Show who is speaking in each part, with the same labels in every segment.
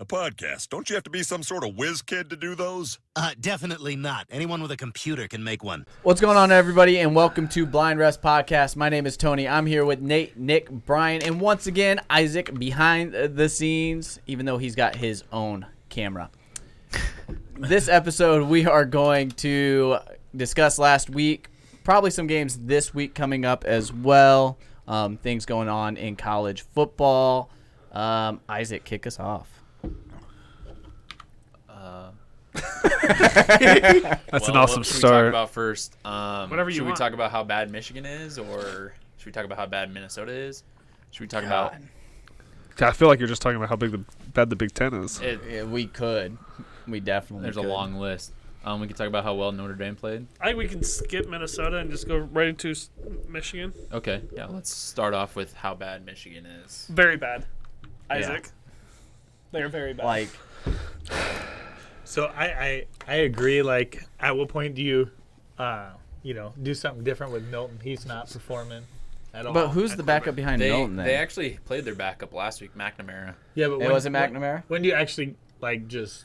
Speaker 1: podcast. Don't you have to be some sort of whiz kid to do those?
Speaker 2: Uh, definitely not. Anyone with a computer can make one.
Speaker 3: What's going on, everybody, and welcome to Blind Rest Podcast. My name is Tony. I'm here with Nate, Nick, Brian, and once again, Isaac behind the scenes, even though he's got his own camera. this episode, we are going to discuss last week, probably some games this week coming up as well, um, things going on in college football. Um, Isaac, kick us off.
Speaker 4: That's
Speaker 5: Well,
Speaker 4: an awesome
Speaker 5: what should We
Speaker 4: start.
Speaker 5: talk about first. Um,
Speaker 4: Whatever you
Speaker 5: should
Speaker 4: want.
Speaker 5: we talk about how bad Michigan is, or should we talk about how bad Minnesota is? Should we talk about
Speaker 4: I feel like you're just talking about how big the bad the Big Ten is.
Speaker 5: it?
Speaker 3: Yeah, we could. We definitely
Speaker 5: There's a
Speaker 3: could.
Speaker 5: long list. Um, we could talk about how well Notre Dame played.
Speaker 6: I think we can skip Minnesota and just go right into s- Michigan.
Speaker 5: Okay, yeah. Let's start off with how bad Michigan is.
Speaker 6: Very bad, Isaac. They're very bad.
Speaker 3: Like,
Speaker 7: So I, I I agree. Like, at what point do you, uh, you know, do something different with Milton? He's not performing at all.
Speaker 3: but who's
Speaker 7: at
Speaker 3: the
Speaker 7: quarterback.
Speaker 3: backup behind
Speaker 5: They
Speaker 3: Milton? Then?
Speaker 5: they actually played their backup last week, McNamara.
Speaker 7: Yeah, but
Speaker 3: it
Speaker 7: when,
Speaker 3: wasn't
Speaker 7: when-
Speaker 3: McNamara.
Speaker 7: When, do you actually like just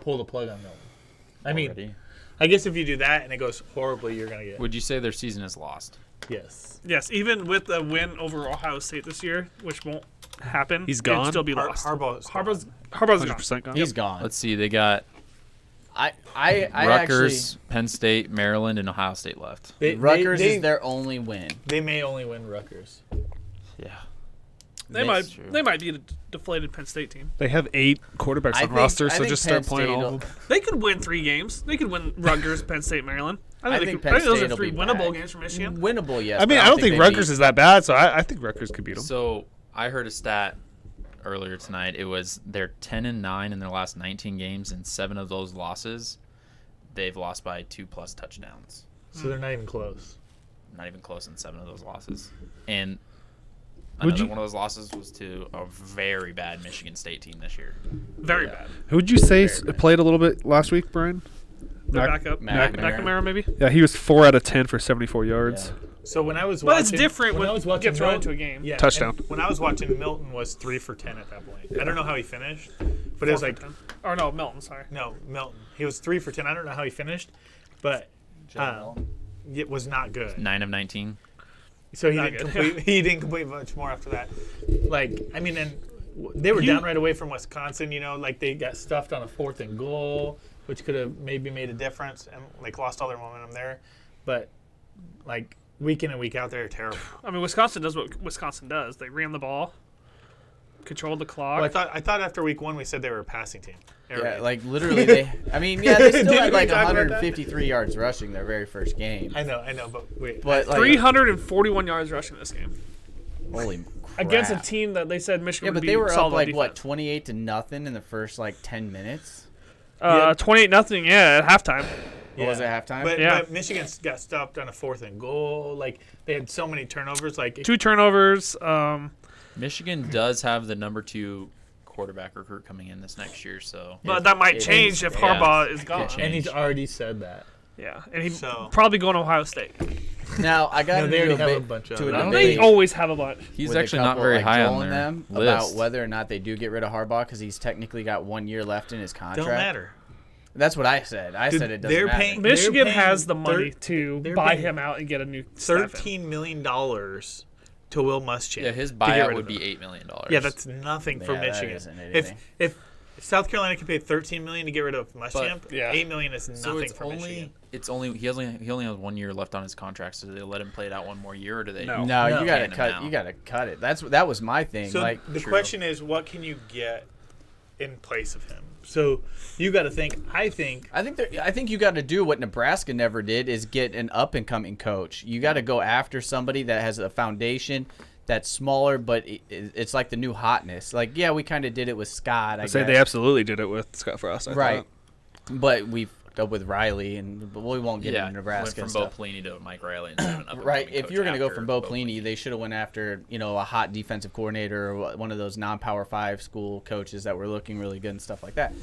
Speaker 7: pull the plug on Milton? I mean,
Speaker 3: Already.
Speaker 7: I guess if you do that and it goes horribly, you're gonna get
Speaker 5: Would you say their season is lost?
Speaker 7: yes.
Speaker 6: yes, even with the win over Ohio State this year, which won't happen,
Speaker 4: He's
Speaker 6: it'd
Speaker 4: gone?
Speaker 6: Still be
Speaker 7: Har-
Speaker 6: lost.
Speaker 7: Harbaugh's
Speaker 6: Harbaugh's Harbaugh's
Speaker 4: Hundred
Speaker 6: gone.
Speaker 4: percent gone.
Speaker 3: He's gone.
Speaker 5: Let's see. They got
Speaker 3: I I, I
Speaker 5: Rutgers, Penn State, Maryland, and Ohio State left.
Speaker 7: They,
Speaker 3: actually Rutgers
Speaker 7: they,
Speaker 3: is their only win.
Speaker 7: They may only win Rutgers.
Speaker 5: Yeah.
Speaker 6: They might they might be a d- deflated Penn State team.
Speaker 4: They have eight quarterbacks
Speaker 3: I
Speaker 4: on
Speaker 3: think-
Speaker 4: roster,
Speaker 3: I
Speaker 4: so
Speaker 3: think
Speaker 4: just
Speaker 3: Penn
Speaker 4: start playing
Speaker 3: State
Speaker 4: all
Speaker 3: will-
Speaker 4: of them.
Speaker 6: They could win three games. They could win Rutgers, Penn State, Maryland.
Speaker 3: I
Speaker 6: they
Speaker 3: think
Speaker 6: could-
Speaker 3: Penn
Speaker 6: those
Speaker 3: State
Speaker 6: are
Speaker 3: will
Speaker 6: three
Speaker 3: be
Speaker 6: winnable
Speaker 3: back.
Speaker 6: games for Michigan.
Speaker 3: Winnable, yes.
Speaker 4: I mean,
Speaker 3: but
Speaker 4: I don't think
Speaker 3: they
Speaker 4: Rutgers
Speaker 3: beat-
Speaker 4: is that bad, so I, I think Rutgers could beat them.
Speaker 5: So I heard a stat earlier tonight. It was they're ten and nine in their last nineteen games, and seven of those losses, they've lost by two plus touchdowns.
Speaker 7: So they're not even close.
Speaker 5: Not even close in seven of those losses. And
Speaker 4: Would
Speaker 5: another
Speaker 4: you-
Speaker 5: one of those losses was to a very bad Michigan State team this year.
Speaker 6: Very bad.
Speaker 4: Who would you say s- played a little bit last week, Brian?
Speaker 6: Their
Speaker 4: Mac-
Speaker 6: backup,
Speaker 3: Mac-
Speaker 6: McNamara maybe.
Speaker 4: Yeah, he was four out of ten for seventy-four yards.
Speaker 7: So when I was
Speaker 6: But
Speaker 7: watching,
Speaker 6: it's different
Speaker 7: when,
Speaker 6: when,
Speaker 7: I was
Speaker 6: you
Speaker 7: watching
Speaker 6: get thrown
Speaker 7: Milton-
Speaker 6: into a game.
Speaker 7: Yeah,
Speaker 4: Touchdown.
Speaker 7: and When I was watching, Milton was three for ten at that point. I don't know how he finished, but it was like
Speaker 6: or no, Milton. Sorry.
Speaker 7: no Milton. He was three for ten. I don't know how he finished, but uh, it was not good.
Speaker 5: Nine of nineteen.
Speaker 7: So he
Speaker 6: Not
Speaker 7: didn't
Speaker 6: good.
Speaker 7: complete. he didn't complete much more after that. Like I mean, and w- they were down right away from Wisconsin. You know, like they got stuffed on a fourth and goal, which could have maybe made a difference, and like lost all their momentum there. But like week in and week out, they're terrible.
Speaker 6: I mean, Wisconsin does what Wisconsin does. They ran the ball, controlled the clock.
Speaker 7: Well, I thought I thought after week one we said they were a passing team. They were-
Speaker 3: Yeah, like literally, they. I mean, yeah, they still
Speaker 7: Didn't
Speaker 3: had
Speaker 7: we
Speaker 3: like
Speaker 7: talk about that?
Speaker 3: 153 yards rushing their very first game.
Speaker 7: I know, I know, but wait.
Speaker 3: But like,
Speaker 6: 341 yards rushing this game
Speaker 3: holy crap.
Speaker 6: against a team that they said Michigan
Speaker 3: Yeah,
Speaker 6: would
Speaker 3: but
Speaker 6: be
Speaker 3: they were
Speaker 6: solid
Speaker 3: up
Speaker 6: on
Speaker 3: like what
Speaker 6: defense.
Speaker 3: 28 to nothing in the first like 10 minutes.
Speaker 6: Uh, 28 nothing. Yeah, at halftime.
Speaker 7: yeah.
Speaker 3: was it, halftime?
Speaker 7: But,
Speaker 6: Yeah.
Speaker 7: but Michigan s- got stopped on a fourth and goal. Like they had so many turnovers. Like
Speaker 6: Two turnovers. Um,
Speaker 5: Michigan does have the number two quarterback recruit coming in this next year, so
Speaker 6: but that might
Speaker 3: it
Speaker 6: change if Harbaugh is gone.
Speaker 5: change.
Speaker 7: and he's already said that.
Speaker 6: Yeah, and he
Speaker 7: So-
Speaker 6: probably going to Ohio State.
Speaker 3: Now I got
Speaker 7: No,
Speaker 3: to
Speaker 7: they
Speaker 3: do
Speaker 7: already
Speaker 3: a,
Speaker 7: have
Speaker 3: bit,
Speaker 7: a bunch of
Speaker 3: to a
Speaker 7: them. I
Speaker 3: debate.
Speaker 7: don't
Speaker 6: They always have a bunch.
Speaker 5: he's
Speaker 3: with a
Speaker 5: actually not
Speaker 3: couple,
Speaker 5: very
Speaker 3: like,
Speaker 5: high
Speaker 3: Joel
Speaker 5: on
Speaker 3: and
Speaker 5: their
Speaker 3: them
Speaker 5: list.
Speaker 3: about whether or not they do get rid of Harbaugh because he's technically got one year left in his contract.
Speaker 7: Don't matter.
Speaker 3: That's what I said. I said it doesn't
Speaker 7: they're
Speaker 3: matter.
Speaker 7: paying- They're
Speaker 6: Michigan
Speaker 7: paying
Speaker 6: has the
Speaker 7: thir-
Speaker 6: money to
Speaker 7: they're
Speaker 6: buy
Speaker 7: paying
Speaker 6: him out and get a new staff in.
Speaker 7: Thirteen million dollars to Will Muschamp.
Speaker 5: yeah, his
Speaker 7: to get rid
Speaker 5: buyout
Speaker 7: of
Speaker 5: would be
Speaker 7: him.
Speaker 5: eight million dollars.
Speaker 7: Yeah, that's nothing for
Speaker 3: Yeah, that
Speaker 7: Michigan.
Speaker 3: isn't
Speaker 7: if
Speaker 3: anything.
Speaker 7: if South Carolina can pay thirteen million to get rid of Muschamp,
Speaker 6: yeah.
Speaker 7: eight million is nothing
Speaker 5: So it's
Speaker 7: for
Speaker 5: only
Speaker 7: Michigan.
Speaker 5: it's only he only he only has one year left on his contract. So do they let him play it out one more year, or do they?
Speaker 6: No.
Speaker 3: No,
Speaker 7: No.
Speaker 3: you gotta
Speaker 5: Hand 'em
Speaker 3: cut.
Speaker 5: out.
Speaker 3: You gotta cut it. That's that was my thing.
Speaker 7: So
Speaker 3: like
Speaker 7: the
Speaker 5: True.
Speaker 7: question is, what can you get in place of him? So you got to think. I think
Speaker 3: I think there, I think you got to do what Nebraska never did is get an up and coming coach. You got to go after somebody that has a foundation that's smaller, but i- i- it's like the new hotness. Like yeah, we kind of did it with Scott. I
Speaker 4: I'd say
Speaker 3: guess.
Speaker 4: they absolutely did it with Scott Frost. I
Speaker 3: right,
Speaker 4: thought.
Speaker 3: but we fucked up with Riley, and but we won't get
Speaker 5: Yeah,
Speaker 3: into Nebraska
Speaker 5: went
Speaker 3: and
Speaker 5: from Bo
Speaker 3: stuff.
Speaker 5: Pelini to Mike Riley. And seven up
Speaker 3: Right, if you were gonna go from Bo Pelini, they should have went after you know a hot defensive coordinator or one of those non-power five school coaches that were looking really good and stuff like that.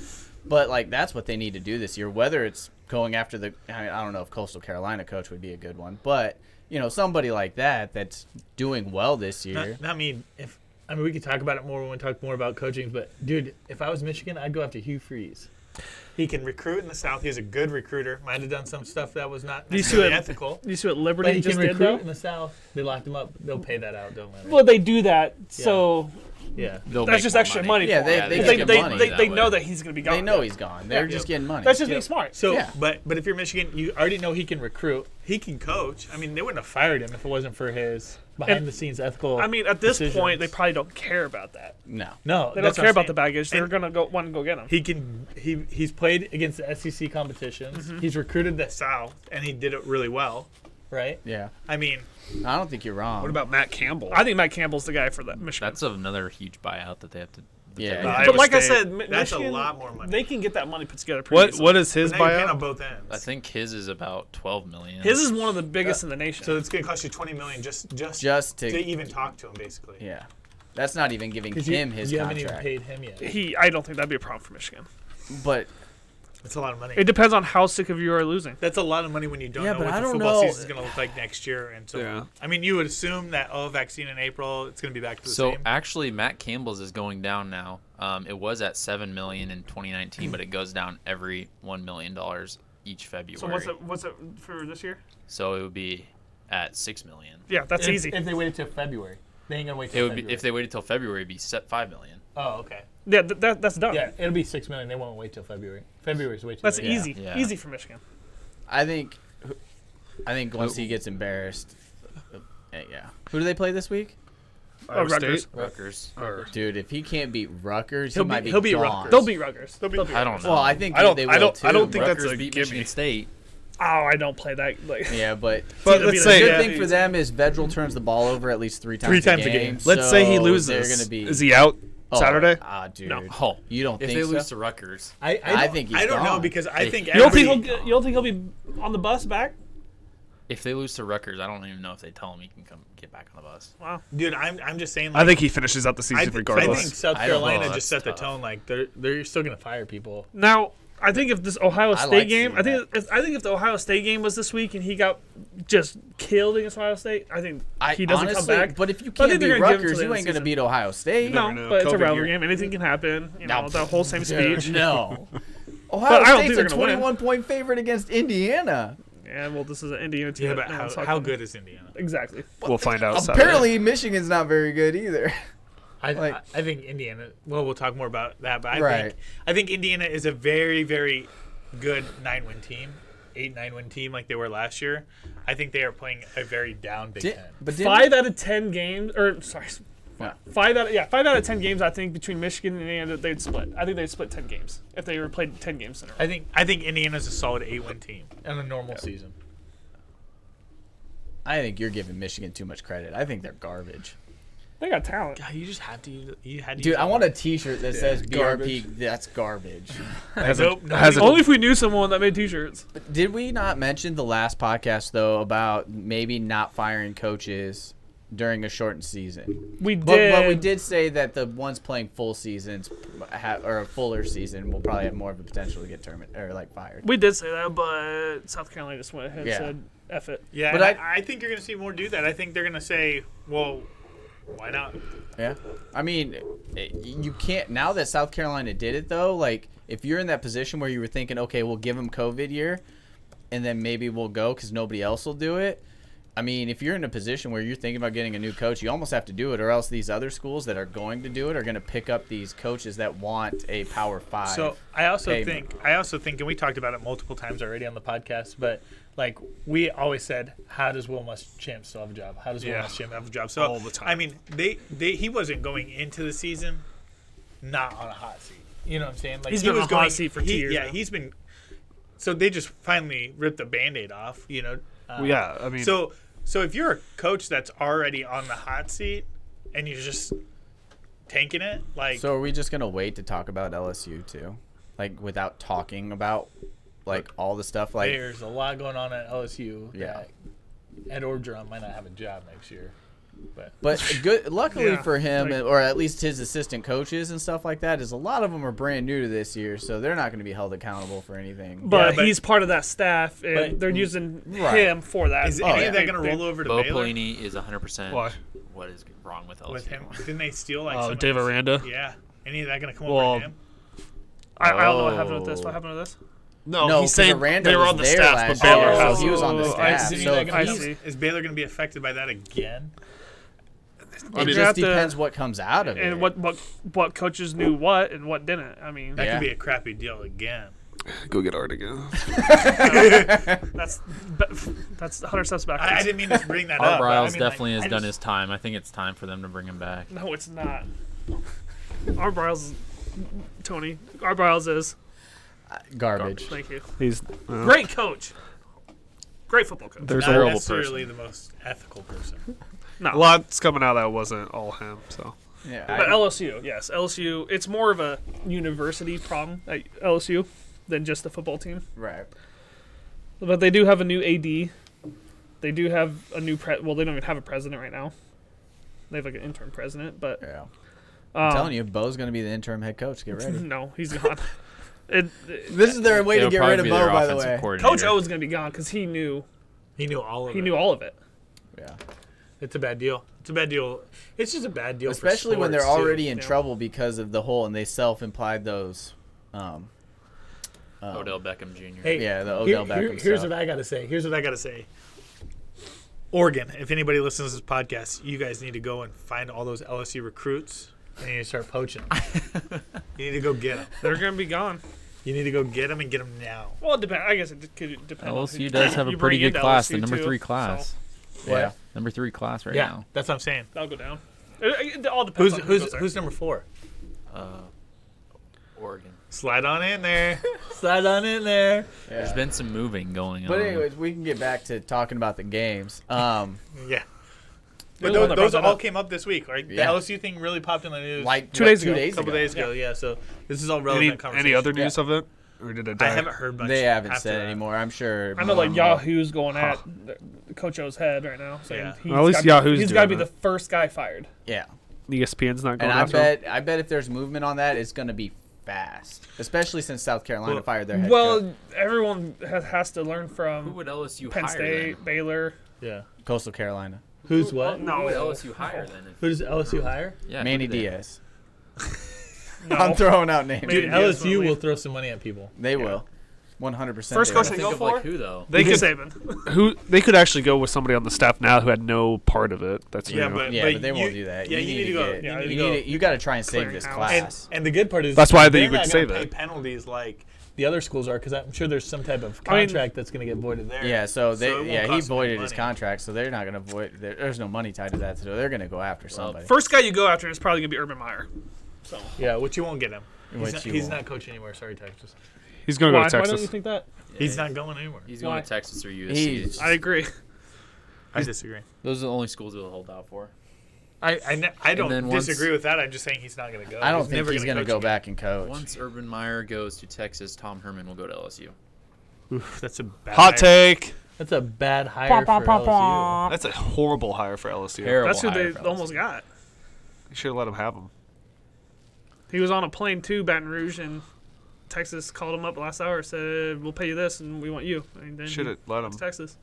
Speaker 3: But like that's what they need to do this year. Whether it's going after the I, mean, I don't know if Coastal Carolina coach would be a good one, but you know somebody like that that's doing well this year.
Speaker 7: not, not me. If I mean, we could talk about it more when we talk more about coaching. But dude, if I was Michigan, I'd go after Hugh Freeze. He can recruit in the South. He's a good recruiter. Might have done some stuff that was not
Speaker 6: you see what
Speaker 7: necessarily ethical.
Speaker 6: You see what
Speaker 7: But
Speaker 6: Liberty
Speaker 7: he
Speaker 6: just
Speaker 7: can
Speaker 6: did
Speaker 7: recruit
Speaker 6: though.
Speaker 7: in the South. They locked him up. They'll pay that out, don't matter.
Speaker 6: Well, they do that, so
Speaker 7: yeah.
Speaker 5: They'll
Speaker 6: that's
Speaker 5: make
Speaker 6: just
Speaker 5: more
Speaker 6: extra money.
Speaker 3: Yeah,
Speaker 6: for
Speaker 3: they-
Speaker 6: them.
Speaker 3: they
Speaker 6: Because
Speaker 3: get
Speaker 6: they,
Speaker 3: money
Speaker 6: they,
Speaker 5: that
Speaker 6: they
Speaker 5: way.
Speaker 6: know that he's going to be gone.
Speaker 3: They know he's gone. They're
Speaker 6: Yeah.
Speaker 3: just getting money.
Speaker 6: That's just
Speaker 7: Yep.
Speaker 6: being smart.
Speaker 7: So,
Speaker 3: Yeah.
Speaker 7: but but if you're Michigan, you already know he can recruit. He can coach. I mean, they wouldn't have fired him if it wasn't for his behind the scenes ethical.
Speaker 6: I mean, at this point,
Speaker 7: decisions.
Speaker 6: they probably don't care about that.
Speaker 3: no.
Speaker 7: no,
Speaker 6: They
Speaker 7: that's
Speaker 6: don't
Speaker 7: what
Speaker 6: care
Speaker 7: I'm
Speaker 6: about
Speaker 7: saying.
Speaker 6: the baggage. They're
Speaker 7: And
Speaker 6: going to go want to go get him.
Speaker 7: He can. He he's played against the SEC competitions. He's recruited the South, and he did it really well. Right.
Speaker 3: Yeah.
Speaker 7: I mean,
Speaker 3: I don't think you're wrong.
Speaker 4: What about Matt Campbell?
Speaker 6: I think Matt Campbell's the guy for that Michigan.
Speaker 5: That's another huge buyout that they have to. that
Speaker 3: Yeah.
Speaker 5: they-
Speaker 6: but like I
Speaker 4: State.
Speaker 6: said, Mi-
Speaker 7: That's a
Speaker 6: Michigan,
Speaker 7: lot more money.
Speaker 6: They can get that money put together. Pretty
Speaker 4: what
Speaker 6: easily.
Speaker 4: what is his
Speaker 7: now you're paying on
Speaker 4: buyout?
Speaker 7: both ends.
Speaker 5: I think his is about twelve million.
Speaker 6: His is one of the biggest in the nation.
Speaker 7: so it's going to cost you twenty million just just
Speaker 3: Just to-
Speaker 7: even talk to him, basically.
Speaker 3: Yeah. That's not even giving
Speaker 7: 'Cause you-
Speaker 3: him his
Speaker 7: you haven't
Speaker 3: contract.
Speaker 7: even paid him yet.
Speaker 6: he, I don't think that'd be a problem for Michigan.
Speaker 3: But
Speaker 7: That's a lot of money.
Speaker 6: It depends on how sick of you are losing.
Speaker 7: That's a lot of money when you don't
Speaker 3: Yeah,
Speaker 7: know
Speaker 3: but
Speaker 7: what
Speaker 3: I
Speaker 7: the
Speaker 3: don't
Speaker 7: football
Speaker 3: know.
Speaker 7: season's going to look like next year. And so, I mean, you would assume that oh, vaccine in April, it's going to be back to the
Speaker 5: So
Speaker 7: same.
Speaker 5: actually, Matt Campbell's is going down now. Um, it was at seven million in 2019, but it goes down every one million dollars each February.
Speaker 6: So what's it? What's it for this year?
Speaker 5: So it would be at six million.
Speaker 6: Yeah, that's easy.
Speaker 7: they waited till February, they ain't going to wait.
Speaker 5: It would be if they waited till February, it'd be set five million.
Speaker 7: Oh, okay.
Speaker 6: yeah, th- that, that's done.
Speaker 7: Yeah, it'll be six million. They won't wait till February. February's way too.
Speaker 6: That's
Speaker 7: late.
Speaker 6: easy.
Speaker 5: Yeah.
Speaker 6: Easy for Michigan.
Speaker 3: I think I think once he gets embarrassed uh, yeah. Who do they play this week?
Speaker 6: Oh, Rutgers.
Speaker 5: Rutgers.
Speaker 4: Or-
Speaker 3: Dude, if he can't beat Ruckers,
Speaker 7: He'll
Speaker 3: he might
Speaker 7: be-
Speaker 3: be
Speaker 7: he'll beat
Speaker 3: gone.
Speaker 7: Rutgers.
Speaker 6: They'll beat Rutgers.
Speaker 4: They'll be-
Speaker 5: I don't know.
Speaker 3: Well, I think
Speaker 4: I don't-
Speaker 3: they will
Speaker 4: I don't-
Speaker 3: too.
Speaker 4: I don't think
Speaker 5: Rutgers
Speaker 4: that's a
Speaker 5: beat
Speaker 4: gimme.
Speaker 5: Michigan State.
Speaker 6: Oh, I don't play that. Like,
Speaker 3: Yeah, but
Speaker 4: But
Speaker 6: It'll be
Speaker 4: let's
Speaker 6: the
Speaker 3: the
Speaker 4: say
Speaker 3: good
Speaker 6: Yeah.
Speaker 3: thing for them is Vedral turns the ball over at least three times.
Speaker 4: three times
Speaker 3: a game.
Speaker 4: Let's say he
Speaker 3: so
Speaker 4: loses.
Speaker 3: They're gonna be
Speaker 4: Is he out
Speaker 3: Oh,
Speaker 4: Saturday?
Speaker 3: Ah, dude.
Speaker 6: No.
Speaker 5: Oh,
Speaker 3: You don't
Speaker 5: if
Speaker 3: think
Speaker 5: they
Speaker 3: so?
Speaker 5: lose to Rutgers?
Speaker 7: I,
Speaker 3: I
Speaker 7: don't-
Speaker 3: think he's
Speaker 7: I don't know
Speaker 3: gone.
Speaker 7: because I
Speaker 5: They-
Speaker 7: think
Speaker 6: you don't
Speaker 7: every,
Speaker 6: think he'll get, you don't think he'll be on the bus back?
Speaker 5: If they lose to Rutgers, I don't even know if they tell him he can come get back on the bus.
Speaker 7: dude. I'm I'm just saying. Like,
Speaker 4: I think he finishes out the season
Speaker 7: I think, I
Speaker 4: regardless.
Speaker 7: think South
Speaker 5: I don't know,
Speaker 7: Carolina
Speaker 5: that's
Speaker 7: just set
Speaker 5: tough.
Speaker 7: the tone. Like they're they're still going to fire people.
Speaker 6: Now, I think if this Ohio State
Speaker 3: like
Speaker 6: game, I
Speaker 3: seeing
Speaker 6: think if, I think if the Ohio State game was this week and he got just killed against Ohio State, I think
Speaker 3: I,
Speaker 6: he doesn't
Speaker 3: honestly,
Speaker 6: come back.
Speaker 3: But if you
Speaker 6: But I
Speaker 3: can't
Speaker 6: think they're
Speaker 3: beat
Speaker 6: gonna give him till
Speaker 3: Rutgers,
Speaker 6: the end
Speaker 3: you
Speaker 6: of
Speaker 3: ain't
Speaker 6: the
Speaker 3: going to beat Ohio State.
Speaker 6: no,
Speaker 4: never know.
Speaker 6: but it's a
Speaker 4: COVID
Speaker 6: rivalry
Speaker 4: year.
Speaker 6: game. Anything can happen. You know,
Speaker 3: No.
Speaker 6: the whole same speech.
Speaker 3: No.
Speaker 6: But
Speaker 3: Ohio
Speaker 6: I don't think
Speaker 3: State's
Speaker 6: they're
Speaker 3: a
Speaker 6: gonna win.
Speaker 3: 21 point favorite against Indiana.
Speaker 6: Yeah, well, this is an Indiana team.
Speaker 7: Yeah,
Speaker 6: that
Speaker 7: but
Speaker 6: no
Speaker 7: how,
Speaker 6: one's talking
Speaker 7: how
Speaker 6: about.
Speaker 7: good is Indiana?
Speaker 6: Exactly.
Speaker 4: we'll find out. Saturday.
Speaker 3: Apparently, Michigan's not very good either.
Speaker 7: I,
Speaker 3: Like-
Speaker 7: I, I think Indiana. Well, we'll talk more about that, but I
Speaker 3: Right.
Speaker 7: think I think Indiana is a very very good nine win team, eight nine win team like they were last year. I think they are playing a very down Big
Speaker 3: Di-
Speaker 7: Ten.
Speaker 3: but didn't-
Speaker 6: Five out of ten games, or sorry,
Speaker 3: No.
Speaker 6: five out of yeah, five out of ten games. I think between Michigan and Indiana, they'd split. I think they'd split ten games if they were played ten games in a row.
Speaker 7: I think I think Indiana's a solid eight win team in a normal season.
Speaker 3: I think you're giving Michigan too much credit. I think they're garbage.
Speaker 6: They got talent.
Speaker 7: God, you just have to. use- You had to.
Speaker 3: Dude,
Speaker 7: use
Speaker 3: I
Speaker 7: that
Speaker 3: want a
Speaker 7: word.
Speaker 3: T-shirt that says BRP.
Speaker 4: garbage.
Speaker 3: That's garbage.
Speaker 4: Has
Speaker 7: Nope,
Speaker 4: a,
Speaker 7: no,
Speaker 4: has a-
Speaker 6: Only if we knew someone that made T-shirts.
Speaker 3: Did we not mention the last podcast though about maybe not firing coaches during a shortened season?
Speaker 6: We did.
Speaker 3: But, but we did say that the ones playing full seasons ha or a fuller season will probably have more of a potential to get terminated or like fired.
Speaker 6: We did say that, but South Carolina just went ahead
Speaker 3: Yeah.
Speaker 6: and said, "F it."
Speaker 7: Yeah,
Speaker 3: but
Speaker 7: but
Speaker 3: I-
Speaker 7: I, I think you're going to see more do that. I think they're going to say, well, why not?
Speaker 3: Yeah. I mean, eh, you can't now that South Carolina did it though. Like, if you're in that position where you were thinking, okay, we'll give them COVID year, and then maybe we'll go because nobody else will do it. I mean, if you're in a position where you're thinking about getting a new coach, you almost have to do it, or else these other schools that are going to do it are going to pick up these coaches that want a Power Five.
Speaker 7: So I also
Speaker 3: Hey,
Speaker 7: think I also think, and we talked about it multiple times already on the podcast, but like we always said, how does Will Muschamp still have a job? How does Will
Speaker 4: Yeah.
Speaker 7: Muschamp have a job? So
Speaker 4: All the time.
Speaker 7: I mean, they, they he wasn't going into the season not on a hot seat. You know what I'm saying? Like
Speaker 6: He's
Speaker 7: he
Speaker 6: been on
Speaker 7: was
Speaker 6: a hot
Speaker 7: going,
Speaker 6: seat for
Speaker 7: he-
Speaker 6: two years
Speaker 7: Yeah,
Speaker 6: now.
Speaker 7: he's been. So they just finally ripped the Band-Aid off. You know. Uh,
Speaker 4: yeah, I mean,
Speaker 7: So so if you're a coach that's already on the hot seat and you're just tanking it, like
Speaker 3: So are we just gonna wait to talk about LSU too, like without talking about like all the stuff? Like,
Speaker 7: there's a lot going on at LSU
Speaker 3: Yeah.
Speaker 7: that Ed Orgeron might not have a job next year. But
Speaker 3: But good, luckily
Speaker 6: Yeah,
Speaker 3: for him,
Speaker 6: like-
Speaker 3: or at least his assistant coaches and stuff like that, is a lot of them are brand new to this year, so they're not going to be held accountable for anything.
Speaker 6: But,
Speaker 7: but-
Speaker 6: he's part of that staff, and
Speaker 7: But-
Speaker 6: they're using
Speaker 3: Right.
Speaker 6: him for that.
Speaker 7: is
Speaker 3: Oh,
Speaker 7: any
Speaker 3: yeah.
Speaker 7: of that going
Speaker 6: They-
Speaker 7: to roll over to
Speaker 5: Bo
Speaker 7: Baylor
Speaker 5: Pelini is 100%
Speaker 4: Why?
Speaker 5: what is wrong with LSU.
Speaker 7: with him? Didn't they steal like?
Speaker 4: Oh,
Speaker 7: some of
Speaker 4: Dave
Speaker 7: his-
Speaker 4: Aranda.
Speaker 7: Yeah. Any of that going to come
Speaker 4: Well,
Speaker 7: over to him?
Speaker 6: I, I don't know what happened with this.
Speaker 3: Oh.
Speaker 6: What happened with this?
Speaker 4: No,
Speaker 3: no,
Speaker 4: he's
Speaker 3: because
Speaker 4: saying
Speaker 3: Aranda
Speaker 4: they were
Speaker 3: was
Speaker 4: on the
Speaker 3: there
Speaker 4: staff, but
Speaker 3: last
Speaker 4: Baylor
Speaker 3: year, so
Speaker 4: has
Speaker 3: he was on the
Speaker 6: Oh,
Speaker 3: staff.
Speaker 7: Is,
Speaker 6: see,
Speaker 3: so
Speaker 6: like,
Speaker 3: if
Speaker 6: I
Speaker 3: he's-
Speaker 6: see.
Speaker 7: is Baylor going to be affected by that again?
Speaker 4: I
Speaker 3: it
Speaker 4: mean,
Speaker 3: just
Speaker 6: have to-
Speaker 3: depends what comes out of it.
Speaker 6: And what what what coaches knew what and what didn't. I mean,
Speaker 7: That
Speaker 3: Yeah.
Speaker 7: could be a crappy deal again.
Speaker 4: Go get Art again.
Speaker 6: that's but that's 100 steps backwards.
Speaker 7: I, I didn't mean to bring that
Speaker 5: Art
Speaker 7: up. but I
Speaker 5: Briles
Speaker 7: mean, like,
Speaker 5: definitely
Speaker 7: I
Speaker 5: has done
Speaker 7: just-
Speaker 5: his time. I think it's time for them to bring him back.
Speaker 6: No, it's not. Our Briles, Tony. Our Briles is
Speaker 3: Garbage.
Speaker 6: thank you.
Speaker 4: He's uh,
Speaker 6: Great coach. Great football coach.
Speaker 4: there's
Speaker 7: Not
Speaker 4: a
Speaker 7: necessarily the most ethical person.
Speaker 4: a lot's coming out that wasn't all him. So
Speaker 3: Yeah,
Speaker 6: But
Speaker 3: I-
Speaker 6: LSU, yes, LSU. It's more of a university problem at LSU than just the football team.
Speaker 3: right.
Speaker 6: But they do have a new AD. They do have a new pre. Well, they don't even have a president right now. They have like an intern president, but
Speaker 3: Yeah.
Speaker 6: um,
Speaker 3: I'm telling you, Bo's going to be the interim head coach. Get ready.
Speaker 6: no, he's gone. it, it-
Speaker 3: this is their way
Speaker 5: They
Speaker 3: to
Speaker 5: would
Speaker 3: get
Speaker 5: probably
Speaker 3: rid of
Speaker 5: be
Speaker 3: Bo,
Speaker 5: their
Speaker 3: by the
Speaker 5: offensive
Speaker 3: way.
Speaker 5: coordinator.
Speaker 6: Coach O is gonna be gone because he knew
Speaker 7: He knew all of
Speaker 6: he
Speaker 7: it.
Speaker 6: knew all of it.
Speaker 3: Yeah.
Speaker 7: It's a bad deal. It's a bad deal. It's just a bad deal. for
Speaker 3: Especially when they're
Speaker 7: sports, too.
Speaker 3: already in
Speaker 6: Yeah.
Speaker 3: trouble because of the whole, and they self-implied those. Um,
Speaker 5: Odell Beckham Jr.
Speaker 7: Hey,
Speaker 3: Yeah, the
Speaker 7: here-
Speaker 3: Odell
Speaker 7: here-
Speaker 3: Beckham
Speaker 7: Here's
Speaker 3: stuff.
Speaker 7: what I gotta say. Here's what I gotta say. Oregon, if anybody listens to this podcast, you guys need to go and find all those LSU recruits and you need to start poaching. 'em. you need to go get them.
Speaker 6: They're gonna be gone.
Speaker 7: You need to go get them and get them now.
Speaker 6: Well, it depend. I guess it d- could depend. on who
Speaker 5: LSU does have a
Speaker 6: you
Speaker 5: pretty
Speaker 6: bring
Speaker 5: good
Speaker 6: into
Speaker 5: class, the
Speaker 6: LSU
Speaker 5: number
Speaker 6: too,
Speaker 5: three class,
Speaker 3: yeah.
Speaker 5: number three class right now.
Speaker 7: that's what I'm saying.
Speaker 6: So that'll go down. It, it all depends. on
Speaker 7: Who's
Speaker 6: who
Speaker 7: who's
Speaker 6: goes there.
Speaker 7: who's number four?
Speaker 5: Oregon.
Speaker 7: Slide on in there. Slide on in there.
Speaker 5: There's been some moving going
Speaker 3: But
Speaker 5: on.
Speaker 3: anyways, we can get back to talking about the games. Um,
Speaker 7: Yeah. But
Speaker 6: Really?
Speaker 7: those,
Speaker 6: Brought
Speaker 7: those
Speaker 6: that
Speaker 7: all
Speaker 6: up.
Speaker 7: came up this week, right? The
Speaker 3: Yeah.
Speaker 7: LSU thing really popped in the news
Speaker 3: like
Speaker 6: Two
Speaker 3: what,
Speaker 6: days
Speaker 3: two
Speaker 6: ago.
Speaker 7: a
Speaker 3: days
Speaker 7: couple
Speaker 3: ago.
Speaker 7: days ago. Yeah. so this is all relevant
Speaker 4: any,
Speaker 7: Oh, conversation.
Speaker 4: any other news of it, or did it die?
Speaker 7: I haven't heard much.
Speaker 3: They haven't
Speaker 7: after
Speaker 3: said
Speaker 7: that.
Speaker 3: anymore. I'm sure.
Speaker 6: I know, like
Speaker 3: um,
Speaker 6: Yahoo's going at the- Coach O's head right now. So
Speaker 7: Yeah.
Speaker 6: he's
Speaker 4: Well, at least
Speaker 6: gotta be-
Speaker 4: Yahoo's
Speaker 6: He's got to be
Speaker 4: doing
Speaker 6: the first guy fired.
Speaker 3: Yeah.
Speaker 4: ESPN's not going
Speaker 3: And I
Speaker 4: after him.
Speaker 3: bet I bet if there's movement on that, it's going to be fast, especially since South Carolina
Speaker 7: Well-
Speaker 3: fired their head coach.
Speaker 6: Well, everyone has, has to learn from
Speaker 5: who would LSU
Speaker 6: Penn
Speaker 5: hire
Speaker 6: State, Baylor.
Speaker 7: Yeah.
Speaker 3: Coastal Carolina,
Speaker 7: Who's what?
Speaker 5: then? Who would
Speaker 6: No.
Speaker 5: LSU hire then? If,
Speaker 7: Who does LSU hire?
Speaker 5: yeah,
Speaker 3: Manny
Speaker 5: who do they-
Speaker 3: Diaz. I'm throwing out names.
Speaker 6: Dude,
Speaker 7: LSU will throw some money at people.
Speaker 3: They will, 100. percent
Speaker 6: First coach
Speaker 5: I
Speaker 6: they
Speaker 5: think
Speaker 6: go
Speaker 5: of like
Speaker 6: for.
Speaker 5: who though?
Speaker 4: They could
Speaker 6: Saban.
Speaker 4: who they could actually go with somebody on the staff now who had no part of it. That's
Speaker 7: Yeah,
Speaker 4: new.
Speaker 7: but,
Speaker 3: Yeah, but,
Speaker 7: but
Speaker 3: they
Speaker 7: you-
Speaker 3: won't do that.
Speaker 7: Yeah,
Speaker 3: you, need, to
Speaker 7: go.
Speaker 3: get-
Speaker 7: you
Speaker 6: yeah,
Speaker 7: need
Speaker 3: you
Speaker 7: to go.
Speaker 3: need to- you got to try and save
Speaker 6: Clearing
Speaker 3: this
Speaker 6: house.
Speaker 7: and,
Speaker 3: class.
Speaker 7: and the good part is
Speaker 4: That's why they
Speaker 7: they're
Speaker 4: would
Speaker 7: not
Speaker 4: say
Speaker 7: gonna Pay
Speaker 4: that.
Speaker 7: penalties like the other schools are because I'm sure there's some type of
Speaker 6: I mean-
Speaker 7: contract that's going to get voided there.
Speaker 3: yeah, so they
Speaker 7: it won't
Speaker 3: yeah he
Speaker 7: cost them any
Speaker 3: voided his
Speaker 7: money.
Speaker 3: contract, so they're not going to void. There, there's no money tied to that, so they're going to go after somebody.
Speaker 6: First guy you go after is probably gonna be Urban Meyer.
Speaker 7: Yeah, which you won't get him. He's,
Speaker 3: Which
Speaker 7: not,
Speaker 3: you
Speaker 7: he's
Speaker 3: won't.
Speaker 7: not coaching anymore. Sorry, Texas.
Speaker 4: he's going to
Speaker 6: Why?
Speaker 4: go to
Speaker 6: Why don't you
Speaker 4: Texas.
Speaker 6: think that?
Speaker 7: He's not going anywhere.
Speaker 5: He's going
Speaker 6: Why?
Speaker 5: to Texas or USC.
Speaker 3: He's-
Speaker 6: I agree.
Speaker 7: I disagree.
Speaker 5: Those are the only schools he'll hold out for.
Speaker 7: I I, ne- I
Speaker 5: then
Speaker 7: don't
Speaker 5: once-
Speaker 7: disagree with that. I'm just saying he's not going to go.
Speaker 3: I don't
Speaker 7: he's
Speaker 3: think
Speaker 7: never
Speaker 3: he's going to
Speaker 7: coach
Speaker 3: go
Speaker 7: again.
Speaker 3: back and coach.
Speaker 5: Once Urban Meyer goes to Texas, Tom Herman will go to LSU.
Speaker 7: Oof, that's a bad
Speaker 4: Hot
Speaker 7: hire.
Speaker 4: take.
Speaker 7: That's a bad hire for LSU.
Speaker 4: That's a horrible hire for LSU.
Speaker 5: Terrible
Speaker 6: That's who
Speaker 5: hire
Speaker 6: they
Speaker 5: for LSU.
Speaker 6: almost got.
Speaker 4: You should have let him have him.
Speaker 6: He was on a plane to Baton Rouge, and Texas called him up last hour, said, "We'll pay you this, and we want you." And then
Speaker 4: Should have let him.
Speaker 6: it's Texas.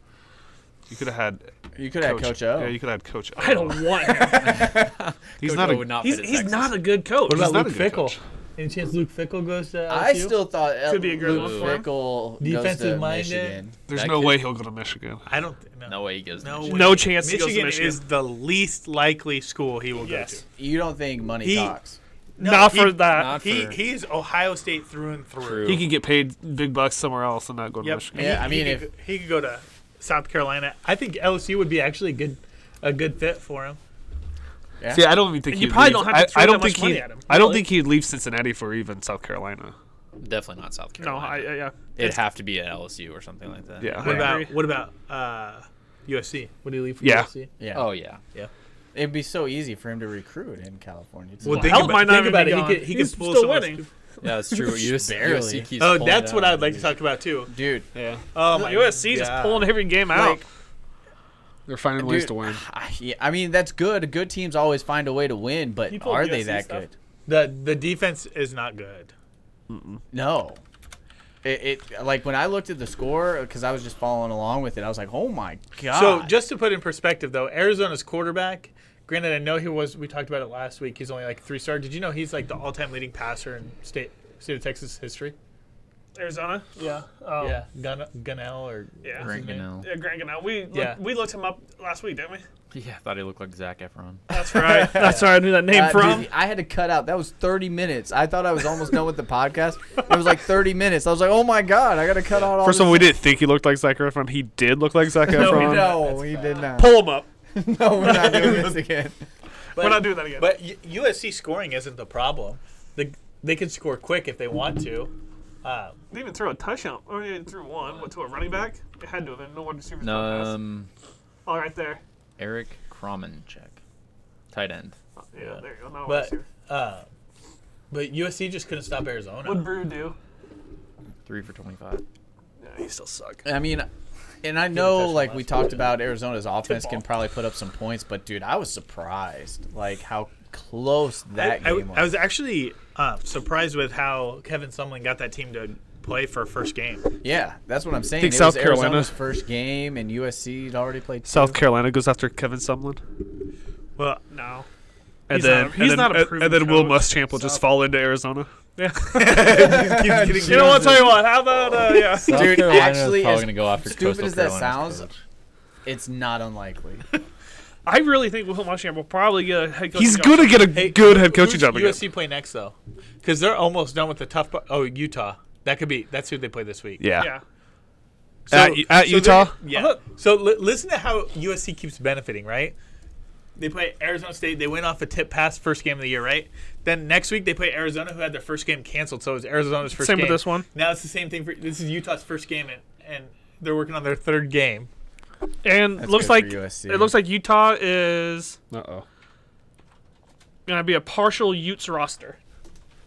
Speaker 4: You could have had
Speaker 3: you could have Coach O.
Speaker 4: Yeah, you could have had Coach. O.
Speaker 6: I don't want him.
Speaker 4: He's
Speaker 5: Coach
Speaker 4: not
Speaker 5: O
Speaker 4: a.
Speaker 5: would not
Speaker 6: he's
Speaker 5: fit at
Speaker 6: he's
Speaker 5: Texas.
Speaker 6: not a good coach.
Speaker 4: he's
Speaker 7: about
Speaker 4: not a
Speaker 7: Luke
Speaker 4: good
Speaker 7: Fickell?
Speaker 4: coach.
Speaker 7: Any chance Luke Fickle goes to LSU?
Speaker 3: I still thought El-
Speaker 6: Could be a great
Speaker 3: Luke
Speaker 6: one for him.
Speaker 3: Fickell goes to
Speaker 7: Defensive minded.
Speaker 3: Michigan.
Speaker 4: There's
Speaker 5: That
Speaker 4: no
Speaker 5: kid-
Speaker 4: way he'll go to Michigan.
Speaker 7: I don't. th- No.
Speaker 5: No way he goes. to
Speaker 7: No
Speaker 5: Michigan.
Speaker 7: way.
Speaker 6: No chance he goes to
Speaker 7: Michigan,
Speaker 6: Michigan.
Speaker 7: is the least likely school he will
Speaker 6: Yes.
Speaker 3: You don't think money
Speaker 7: He-
Speaker 3: talks?
Speaker 6: not
Speaker 7: he-
Speaker 6: for that.
Speaker 5: not
Speaker 7: go to. He
Speaker 5: for-
Speaker 7: he's Ohio State through and through.
Speaker 5: True.
Speaker 4: He could get paid big bucks somewhere else and not go to
Speaker 7: Yep.
Speaker 4: Michigan.
Speaker 7: He-
Speaker 3: Yeah, I mean,
Speaker 7: he
Speaker 3: if-
Speaker 7: could, he could go to South Carolina, I think LSU would be actually a good a good fit for him.
Speaker 4: See, I don't even think
Speaker 6: You
Speaker 4: he'd
Speaker 6: probably
Speaker 4: leave.
Speaker 6: don't have to
Speaker 4: I-
Speaker 6: throw
Speaker 4: I,
Speaker 6: that
Speaker 4: don't
Speaker 6: much
Speaker 4: think
Speaker 6: money
Speaker 4: he.
Speaker 6: at him.
Speaker 4: I don't
Speaker 6: Really?
Speaker 4: think he'd leave Cincinnati for even South Carolina.
Speaker 5: Definitely not South
Speaker 6: no,
Speaker 5: Carolina.
Speaker 6: I, I yeah.
Speaker 5: It'd have to be at LSU or something like that.
Speaker 4: Yeah.
Speaker 7: What about
Speaker 6: agree.
Speaker 7: what about uh, USC? Would he leave for
Speaker 4: Yeah.
Speaker 7: USC?
Speaker 3: Yeah.
Speaker 5: Oh yeah.
Speaker 3: It'd be so easy for him to recruit in California. too.
Speaker 7: Well, think
Speaker 6: Held
Speaker 7: about,
Speaker 6: might not even
Speaker 7: think about
Speaker 6: be
Speaker 7: it.
Speaker 6: gone.
Speaker 7: He could, he
Speaker 6: He's
Speaker 7: could pull
Speaker 6: still
Speaker 7: someone-
Speaker 6: winning.
Speaker 5: Yeah, that's true. USC,
Speaker 3: Barely.
Speaker 5: USC keeps
Speaker 7: Oh,
Speaker 5: pulling
Speaker 7: that's
Speaker 5: it
Speaker 7: what
Speaker 5: out.
Speaker 7: I'd like to talk about too.
Speaker 3: dude,
Speaker 7: Oh my
Speaker 6: USC just
Speaker 7: God.
Speaker 6: pulling every game out.
Speaker 3: like,
Speaker 4: They're finding ways
Speaker 3: Dude,
Speaker 4: to win.
Speaker 3: I, yeah, I mean, that's good. Good teams always find a way to win, but
Speaker 6: You pulled
Speaker 3: are they
Speaker 6: USC
Speaker 3: that
Speaker 6: stuff?
Speaker 3: good?
Speaker 7: The the defense is not good.
Speaker 3: No. It, it like when I looked at the score because I was just following along with it. I was like, oh my god.
Speaker 7: So just to put in perspective, though, Arizona's quarterback. Granted, I know he was. We talked about it last week. He's only like three star. Did you know he's like the all time leading passer in state state of Texas history?
Speaker 6: Arizona. Yeah. Um,
Speaker 7: Yeah, Gun- Gunnell or
Speaker 6: Yeah.
Speaker 5: Grant
Speaker 7: name?
Speaker 5: Gunnell.
Speaker 6: Yeah, Grant Gannell. We look,
Speaker 7: Yeah.
Speaker 6: we looked him up last week, didn't we?
Speaker 5: Yeah, I thought he looked like Zach Efron.
Speaker 6: That's right. That's where I knew that name
Speaker 3: Uh,
Speaker 6: from.
Speaker 3: dude, I had to cut out. That was 30 minutes. I thought I was almost done with the podcast. It was like 30 minutes. I was like, oh my god, I gotta cut out all.
Speaker 4: First of
Speaker 3: this
Speaker 4: all, we didn't think he looked like Zac Efron. He did look like Zac
Speaker 6: we
Speaker 4: Efron.
Speaker 6: didn't.
Speaker 3: No, we did not.
Speaker 6: Pull him up.
Speaker 3: No, we're not doing this again.
Speaker 7: But,
Speaker 6: We're not doing that again.
Speaker 7: But U- USC scoring isn't the problem. The, they can score quick if they want to. Uh,
Speaker 6: They even threw a touchdown. Or they threw one what, to a running back. It had to have been. No one receivers. No.
Speaker 5: Um,
Speaker 6: All Oh, right, there.
Speaker 5: Eric Kromanchek, tight end.
Speaker 6: Yeah, there you go. No
Speaker 7: but
Speaker 6: receiver.
Speaker 7: uh, but USC just couldn't stop Arizona.
Speaker 6: What'd Brew do?
Speaker 5: Three for 25.
Speaker 6: Yeah, he still suck.
Speaker 3: I mean, and I know
Speaker 7: touchdown
Speaker 3: like
Speaker 7: last
Speaker 3: we
Speaker 7: week,
Speaker 3: talked
Speaker 7: yeah.
Speaker 3: about Arizona's offense can
Speaker 6: ball.
Speaker 3: probably put up some points, but dude, I was surprised like how close that
Speaker 7: I, I
Speaker 3: game
Speaker 7: w-
Speaker 3: was.
Speaker 7: I was actually uh, surprised with how Kevin Sumlin got that team to play for first game.
Speaker 3: yeah, that's what I'm saying.
Speaker 4: Think
Speaker 3: it
Speaker 4: South
Speaker 3: was
Speaker 4: Carolina-
Speaker 3: Arizona's first game, and USC had already played.
Speaker 4: South Carolina goes after Kevin Sumlin,
Speaker 7: Well,
Speaker 6: No.
Speaker 4: and
Speaker 6: He's
Speaker 4: then
Speaker 6: not a- he's
Speaker 4: and
Speaker 6: not a
Speaker 4: then, and,
Speaker 6: proven
Speaker 4: and then Will
Speaker 6: coach.
Speaker 4: Muschamp will just fall into Arizona.
Speaker 6: You know what? I'll tell you what. How about uh, yeah?
Speaker 3: Dude, actually,
Speaker 5: probably
Speaker 3: as
Speaker 5: going to go after
Speaker 3: stupid
Speaker 5: Coastal
Speaker 3: as that
Speaker 5: Carolina's
Speaker 3: sounds,
Speaker 5: coach.
Speaker 3: it's not unlikely.
Speaker 6: I really think Will Muschamp will probably get a head coaching
Speaker 4: He's
Speaker 6: job.
Speaker 4: gonna get a
Speaker 7: Hey,
Speaker 4: good head coaching
Speaker 7: who's
Speaker 4: job again.
Speaker 7: USC play next though, because they're almost done with the tough. Part. Oh, Utah. That could be. That's who they play this week.
Speaker 4: Yeah.
Speaker 6: Yeah.
Speaker 4: At,
Speaker 7: So-
Speaker 4: at
Speaker 7: so
Speaker 4: Utah,
Speaker 7: they're- Yeah. So li- listen to how USC keeps benefiting, right? They play Arizona State. They went off a tip pass first game of the year, right? Then next week they play Arizona, who had their first game canceled. So it was Arizona's first
Speaker 6: Same
Speaker 7: game.
Speaker 6: with this one.
Speaker 7: Now it's the same thing. For, this is Utah's first game, and, and they're working on their third game.
Speaker 6: And
Speaker 3: That's
Speaker 6: looks
Speaker 3: good for
Speaker 6: like
Speaker 3: USC.
Speaker 6: it looks like Utah is
Speaker 4: uh oh,
Speaker 6: gonna be a partial Utes roster.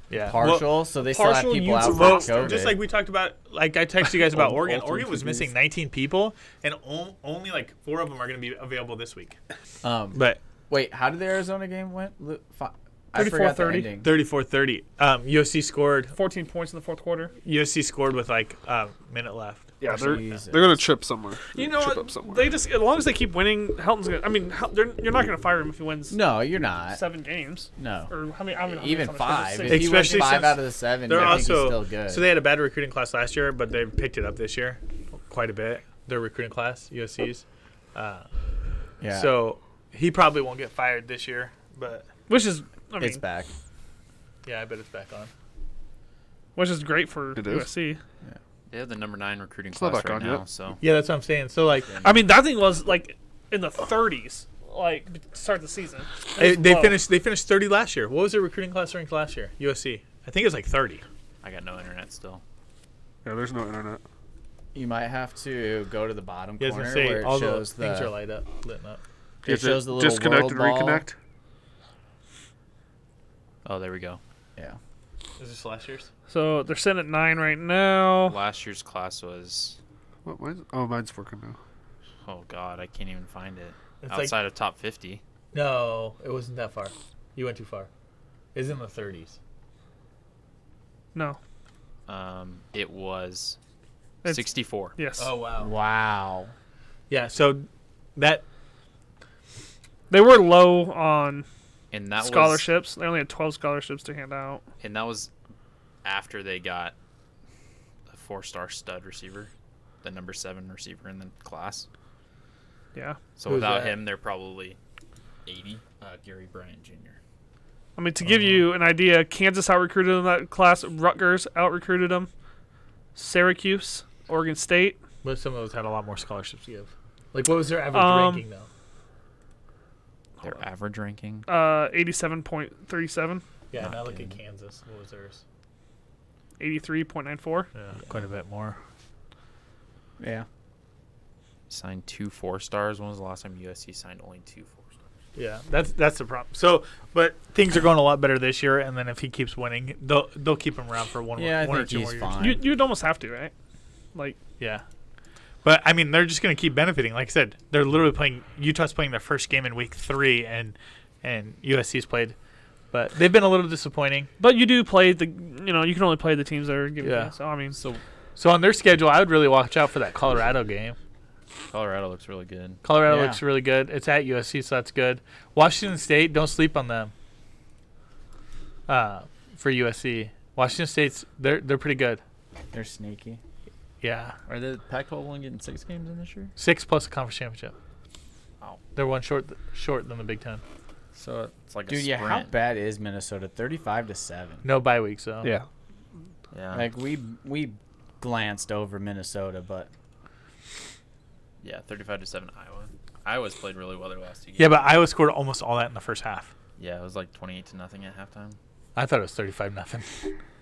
Speaker 7: Yeah.
Speaker 3: partial, so they still have
Speaker 6: partial
Speaker 3: people
Speaker 6: use
Speaker 3: out
Speaker 6: of
Speaker 3: for
Speaker 6: roster,
Speaker 3: COVID.
Speaker 7: just like we talked about, like I texted you guys about
Speaker 4: Old-
Speaker 7: Oregon.
Speaker 4: old
Speaker 7: Oregon was
Speaker 4: introduced.
Speaker 7: missing 19 people, and on- only like four of them are going to be available this week.
Speaker 3: um,
Speaker 7: But
Speaker 3: wait, how did the Arizona game went? Lu- fi- I forgot the
Speaker 6: 34-30.
Speaker 3: ending.
Speaker 7: 34-30, um, USC scored.
Speaker 6: 14 points in the fourth quarter.
Speaker 7: USC scored with like a minute left.
Speaker 4: yeah, they're
Speaker 3: Jesus.
Speaker 4: they're gonna trip somewhere.
Speaker 6: You know
Speaker 4: trip up
Speaker 6: what?
Speaker 4: somewhere.
Speaker 6: They just as long as they keep winning, Helton's gonna. I mean, Hel- they're, you're not gonna fire him if he wins
Speaker 3: No, you're not.
Speaker 6: seven games.
Speaker 3: No.
Speaker 6: Or how many? I mean, how many
Speaker 3: Even
Speaker 6: times? There's
Speaker 3: five.
Speaker 6: six.
Speaker 3: If he wins
Speaker 7: Especially
Speaker 3: five
Speaker 7: since
Speaker 3: out of the seven,
Speaker 7: They're
Speaker 3: I think
Speaker 7: also
Speaker 3: he's still good.
Speaker 7: so they had a bad recruiting class last year, but they picked it up this year, quite a bit. Their recruiting class, USC's.
Speaker 3: yeah,
Speaker 7: So he probably won't get fired this year, but
Speaker 6: which is I mean,
Speaker 3: it's back.
Speaker 7: yeah, I bet it's back on.
Speaker 6: which is great for
Speaker 4: It is.
Speaker 6: USC.
Speaker 5: They have the number nine recruiting
Speaker 4: not
Speaker 5: class
Speaker 4: back
Speaker 5: right
Speaker 4: on
Speaker 5: now,
Speaker 4: yet.
Speaker 5: so
Speaker 7: Yeah, that's what I'm saying. So like
Speaker 6: I mean, that thing was like in the 30s, like to start the season. It was
Speaker 7: they, they
Speaker 6: low.
Speaker 7: finished they finished 30 last year. What was their recruiting class ranked last year? USC. I think it was like 30.
Speaker 5: I got no internet still.
Speaker 4: Yeah, there's no internet.
Speaker 3: You might have to go to the bottom
Speaker 7: You guys
Speaker 3: corner
Speaker 7: gonna say
Speaker 3: where it
Speaker 7: all
Speaker 3: shows
Speaker 7: the things are
Speaker 3: the.
Speaker 7: light up, lit up.
Speaker 3: It
Speaker 4: Is
Speaker 3: shows the little
Speaker 4: disconnect
Speaker 3: world
Speaker 4: and
Speaker 3: ball.
Speaker 4: reconnect.
Speaker 5: Oh, there we go.
Speaker 3: Yeah.
Speaker 7: Is this last year's?
Speaker 6: So they're sitting at nine right now.
Speaker 5: Last year's class was.
Speaker 4: What, mine's, oh, mine's working now.
Speaker 5: Oh God, I can't even find it.
Speaker 7: It's like-
Speaker 5: Outside of top 50.
Speaker 7: No, it wasn't that far. You went too far. It's in the 30s.
Speaker 6: No.
Speaker 5: Um, it was
Speaker 6: It's-
Speaker 5: 64.
Speaker 6: Yes.
Speaker 3: Oh.
Speaker 7: wow.
Speaker 3: Wow.
Speaker 7: Yeah, so that
Speaker 6: They were low on
Speaker 5: And that
Speaker 6: scholarships. They only had 12 scholarships to hand out.
Speaker 5: was and that was after they got a four-star stud receiver, the number 7 receiver in the class.
Speaker 6: Yeah.
Speaker 5: So
Speaker 7: Who's
Speaker 5: without
Speaker 7: that?
Speaker 5: him, they're probably 80. Uh, Gary Bryant Jr.
Speaker 6: I mean, to give you
Speaker 7: Uh-huh.
Speaker 6: an idea, Kansas out recruited them that class. Rutgers out recruited them. Syracuse, Oregon State.
Speaker 7: but some of those had a lot more scholarships to give. Like what was their average
Speaker 6: Um,
Speaker 7: ranking though?
Speaker 5: Their average ranking
Speaker 6: Uh, 87.37,
Speaker 7: Yeah, and I
Speaker 5: not
Speaker 7: look at
Speaker 5: kidding.
Speaker 7: Kansas. What was theirs?
Speaker 6: 83.94.
Speaker 7: Yeah, quite a bit more.
Speaker 3: Yeah.
Speaker 5: signed two four stars. When was the last time USC signed only two four stars?
Speaker 7: Yeah, that's that's the problem. So, but things are going a lot better this year, and then if he keeps winning, they'll they'll keep him around for one, more-
Speaker 3: Yeah, I
Speaker 7: one or
Speaker 3: think
Speaker 7: two
Speaker 3: he's
Speaker 7: more years.
Speaker 3: fine.
Speaker 6: You, you'd almost have to, right? Like,
Speaker 7: Yeah. But I mean, they're just going to keep benefiting. Like I said, they're literally playing. Utah's playing their first game in week three, and and USC's played, but they've been a little disappointing.
Speaker 6: But you do play the, you know, you can only play the teams that are giving.
Speaker 7: Yeah.
Speaker 6: Yeah. So I mean, so
Speaker 7: So on their schedule, I would really watch out for that Colorado game.
Speaker 5: Colorado looks really good.
Speaker 7: Colorado
Speaker 6: Yeah.
Speaker 7: looks really good. It's at USC, so that's good. Washington State, don't sleep on them. Uh, for USC, Washington State's they're they're pretty good.
Speaker 5: They're sneaky.
Speaker 7: Yeah,
Speaker 5: Are the Pac-12 only getting six games in this year?
Speaker 7: six plus a conference championship.
Speaker 5: Wow.
Speaker 7: They're one short short than the Big Ten.
Speaker 5: So it's like
Speaker 3: Dude,
Speaker 5: a
Speaker 3: yeah, how
Speaker 5: sprint.
Speaker 3: bad is Minnesota? 35 to 7.
Speaker 7: No bye weeks though.
Speaker 4: Yeah.
Speaker 5: Yeah,
Speaker 3: Like we we glanced over Minnesota, but
Speaker 5: yeah, thirty-five to seven Iowa. Iowa's played really well their last two games.
Speaker 7: Yeah, but Iowa scored almost all that in the first half.
Speaker 5: yeah, it was like twenty-eight to nothing at halftime.
Speaker 7: I thought it was thirty-five nothing.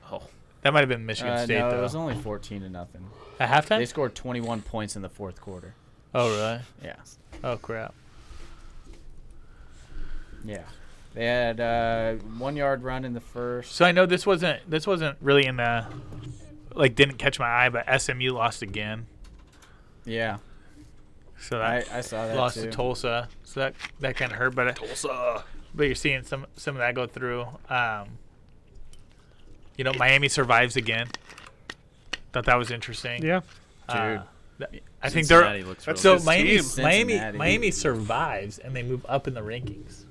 Speaker 5: Oh,
Speaker 7: That might have been Michigan
Speaker 3: uh,
Speaker 7: State
Speaker 3: no,
Speaker 7: though.
Speaker 3: it was only 14 to nothing.
Speaker 7: At
Speaker 3: They
Speaker 7: halftime.
Speaker 3: scored 21 points in the fourth quarter.
Speaker 7: Oh really?
Speaker 3: Yeah.
Speaker 7: Oh crap.
Speaker 3: Yeah. They had uh, one yard run in the first.
Speaker 7: So I know this wasn't this wasn't really in the like didn't catch my eye, but SMU lost again.
Speaker 3: Yeah,
Speaker 7: So that
Speaker 3: I, I saw that
Speaker 7: lost
Speaker 3: too.
Speaker 7: to Tulsa, so that that kind of hurt. But Tulsa, but you're seeing some some of that go through. Um, you know, Miami survives again. Thought that was interesting.
Speaker 6: yeah.
Speaker 7: Uh, th- I think
Speaker 5: Cincinnati
Speaker 7: they're
Speaker 5: looks really
Speaker 7: so
Speaker 5: good.
Speaker 7: Miami.
Speaker 3: team.
Speaker 7: Miami
Speaker 3: Cincinnati.
Speaker 7: Miami survives and they move up in the rankings.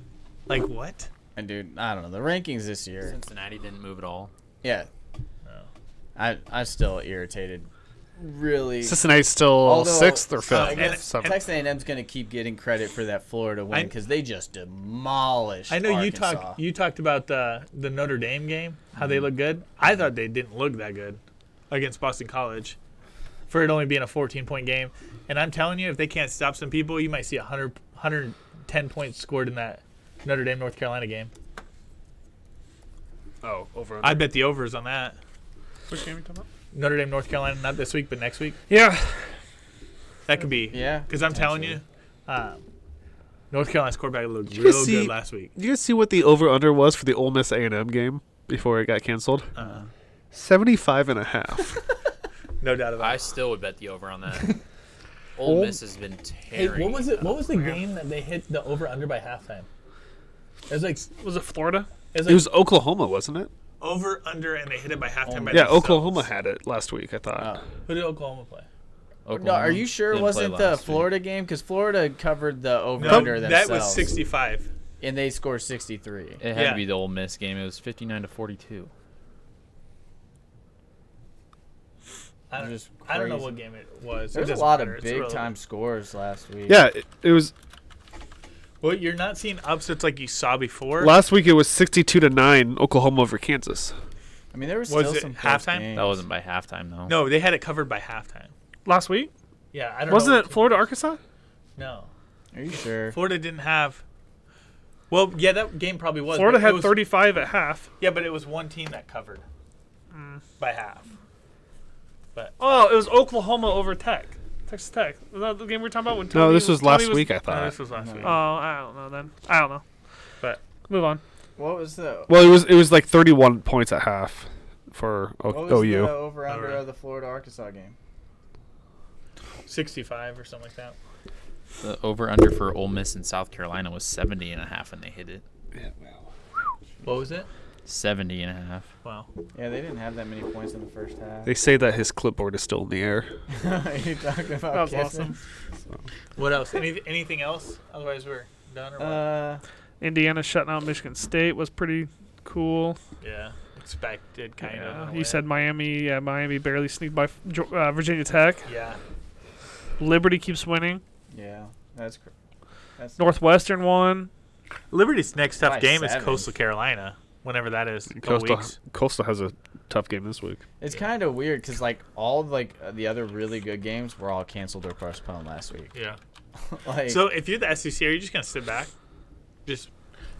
Speaker 7: Like what?
Speaker 3: And dude, I don't know the rankings this year.
Speaker 5: Cincinnati didn't move at all.
Speaker 3: Yeah, I I'm still irritated. Really,
Speaker 4: Cincinnati's still
Speaker 3: Although- uh,
Speaker 4: sixth or fifth.
Speaker 7: I guess-
Speaker 4: so-
Speaker 7: and-
Speaker 3: Texas A&M's gonna keep getting credit for that Florida win
Speaker 7: I-
Speaker 3: because they just demolished.
Speaker 7: I know you
Speaker 3: Arkansas.
Speaker 7: talked you talked about the the Notre Dame game, how they look good. I thought they didn't look that good against Boston College, for it only being a 14 point game. And I'm telling you, if they can't stop some people, you might see 100 110 points scored in that Notre Dame North Carolina game.
Speaker 4: oh, over.
Speaker 7: I bet the overs on that.
Speaker 4: Which game are you talking about?
Speaker 7: Notre Dame North Carolina not this week, but next week.
Speaker 6: Yeah.
Speaker 7: That could be.
Speaker 3: Yeah,
Speaker 7: Because I'm telling you,
Speaker 3: potentially.
Speaker 7: um, North Carolina's quarterback looked
Speaker 4: you guys
Speaker 7: real
Speaker 4: see-
Speaker 7: good last week.
Speaker 4: Did you guys see what the over under was for the Ole Miss A and M game before it got canceled?
Speaker 7: Uh,
Speaker 4: 75 and a half.
Speaker 7: no doubt about
Speaker 5: I
Speaker 7: it.
Speaker 5: still would bet the over on that. Ole Miss has been tearing. up.
Speaker 7: was the game that they hit the over under by halftime? It was like
Speaker 6: Was it Florida?
Speaker 7: It was,
Speaker 4: it was Oklahoma, wasn't it?
Speaker 7: over under, and they hit it by halftime. By
Speaker 4: Yeah,
Speaker 7: themselves.
Speaker 4: Oklahoma had it last week. I thought.
Speaker 7: Who did Oklahoma play?
Speaker 3: No,
Speaker 5: Oklahoma
Speaker 3: are you sure it
Speaker 5: didn't play
Speaker 3: wasn't the
Speaker 5: last week.
Speaker 3: Florida game? Because Florida covered the over
Speaker 7: No,
Speaker 3: under
Speaker 7: that
Speaker 3: themselves,
Speaker 7: was 65.
Speaker 3: and they scored 63.
Speaker 5: It had
Speaker 7: Yeah.
Speaker 5: to be the Ole Miss game. It was fifty-nine to forty-two.
Speaker 7: I don't,
Speaker 3: Just
Speaker 7: I don't know
Speaker 3: crazy.
Speaker 7: what game it was. It
Speaker 3: There's a
Speaker 7: doesn't
Speaker 3: lot
Speaker 7: matter.
Speaker 3: of
Speaker 7: It's
Speaker 3: big time
Speaker 7: irrelevant.
Speaker 3: scores last week.
Speaker 4: Yeah, it, it was
Speaker 7: Well, you're not seeing upsets like you saw before.
Speaker 4: last week. It was 62 to nine, Oklahoma over Kansas.
Speaker 3: I mean there was,
Speaker 7: Was
Speaker 3: still
Speaker 7: it
Speaker 3: some close
Speaker 7: halftime?
Speaker 3: games.
Speaker 5: That wasn't by halftime though.
Speaker 7: no, they had it covered by halftime.
Speaker 6: Last week?
Speaker 7: Yeah, I don't know.
Speaker 4: Wasn't
Speaker 7: what
Speaker 4: it
Speaker 7: team-
Speaker 4: Florida Arkansas?
Speaker 7: No,
Speaker 3: Are you sure?
Speaker 7: Florida didn't have. Well, yeah, that game probably was.
Speaker 6: Florida
Speaker 7: but it
Speaker 6: had
Speaker 7: was-
Speaker 6: 35 at half.
Speaker 7: Yeah, but it was one team that covered by half. But
Speaker 6: Oh, it was Oklahoma over Tech. Texas Tech. Was that the game we were talking about when Tony
Speaker 4: No, this was
Speaker 6: Tony
Speaker 4: last week. I
Speaker 7: no,
Speaker 4: thought.
Speaker 7: this was last week.
Speaker 6: Oh, I don't know then. I don't know.
Speaker 7: But-
Speaker 6: move on.
Speaker 3: What was the
Speaker 4: Well, it was it was like 31 points at half for
Speaker 3: what
Speaker 4: o-
Speaker 3: was
Speaker 4: OU.
Speaker 3: the uh, over under
Speaker 7: Alright.
Speaker 3: of the Florida Arkansas game?
Speaker 7: 65 or something like that.
Speaker 5: The over under for Ole Miss and South Carolina was 70 and a half when they hit it.
Speaker 7: What was it?
Speaker 5: 70 and a half.
Speaker 7: Wow.
Speaker 3: Yeah, they didn't have that many points in the first half.
Speaker 4: They say that his clipboard is still in the air.
Speaker 3: Are you talking about
Speaker 6: That was
Speaker 3: Kiffin?
Speaker 6: awesome.
Speaker 7: What else? Any, anything else? Otherwise, we're done or what?
Speaker 3: Uh,
Speaker 6: Indiana shutting out Michigan State was pretty cool.
Speaker 7: yeah, expected kind
Speaker 6: Yeah,
Speaker 7: of. in a
Speaker 6: you
Speaker 7: way.
Speaker 6: said Miami. Yeah, Miami barely sneaked by Geo- uh, Virginia Tech.
Speaker 7: Yeah.
Speaker 6: Liberty keeps winning.
Speaker 3: yeah, that's cr- that's
Speaker 6: Northwestern won.
Speaker 7: Liberty's next tough
Speaker 3: By
Speaker 7: game
Speaker 3: seven.
Speaker 7: is Coastal Carolina, whenever that is. a couple
Speaker 4: Coastal
Speaker 7: weeks.
Speaker 4: Coastal has a tough game this week.
Speaker 3: It's kind of weird because like all like uh, the other really good games were all canceled or postponed last week.
Speaker 7: Yeah.
Speaker 3: Like,
Speaker 7: So if you're the
Speaker 8: E
Speaker 7: SEC, are you just gonna sit back, just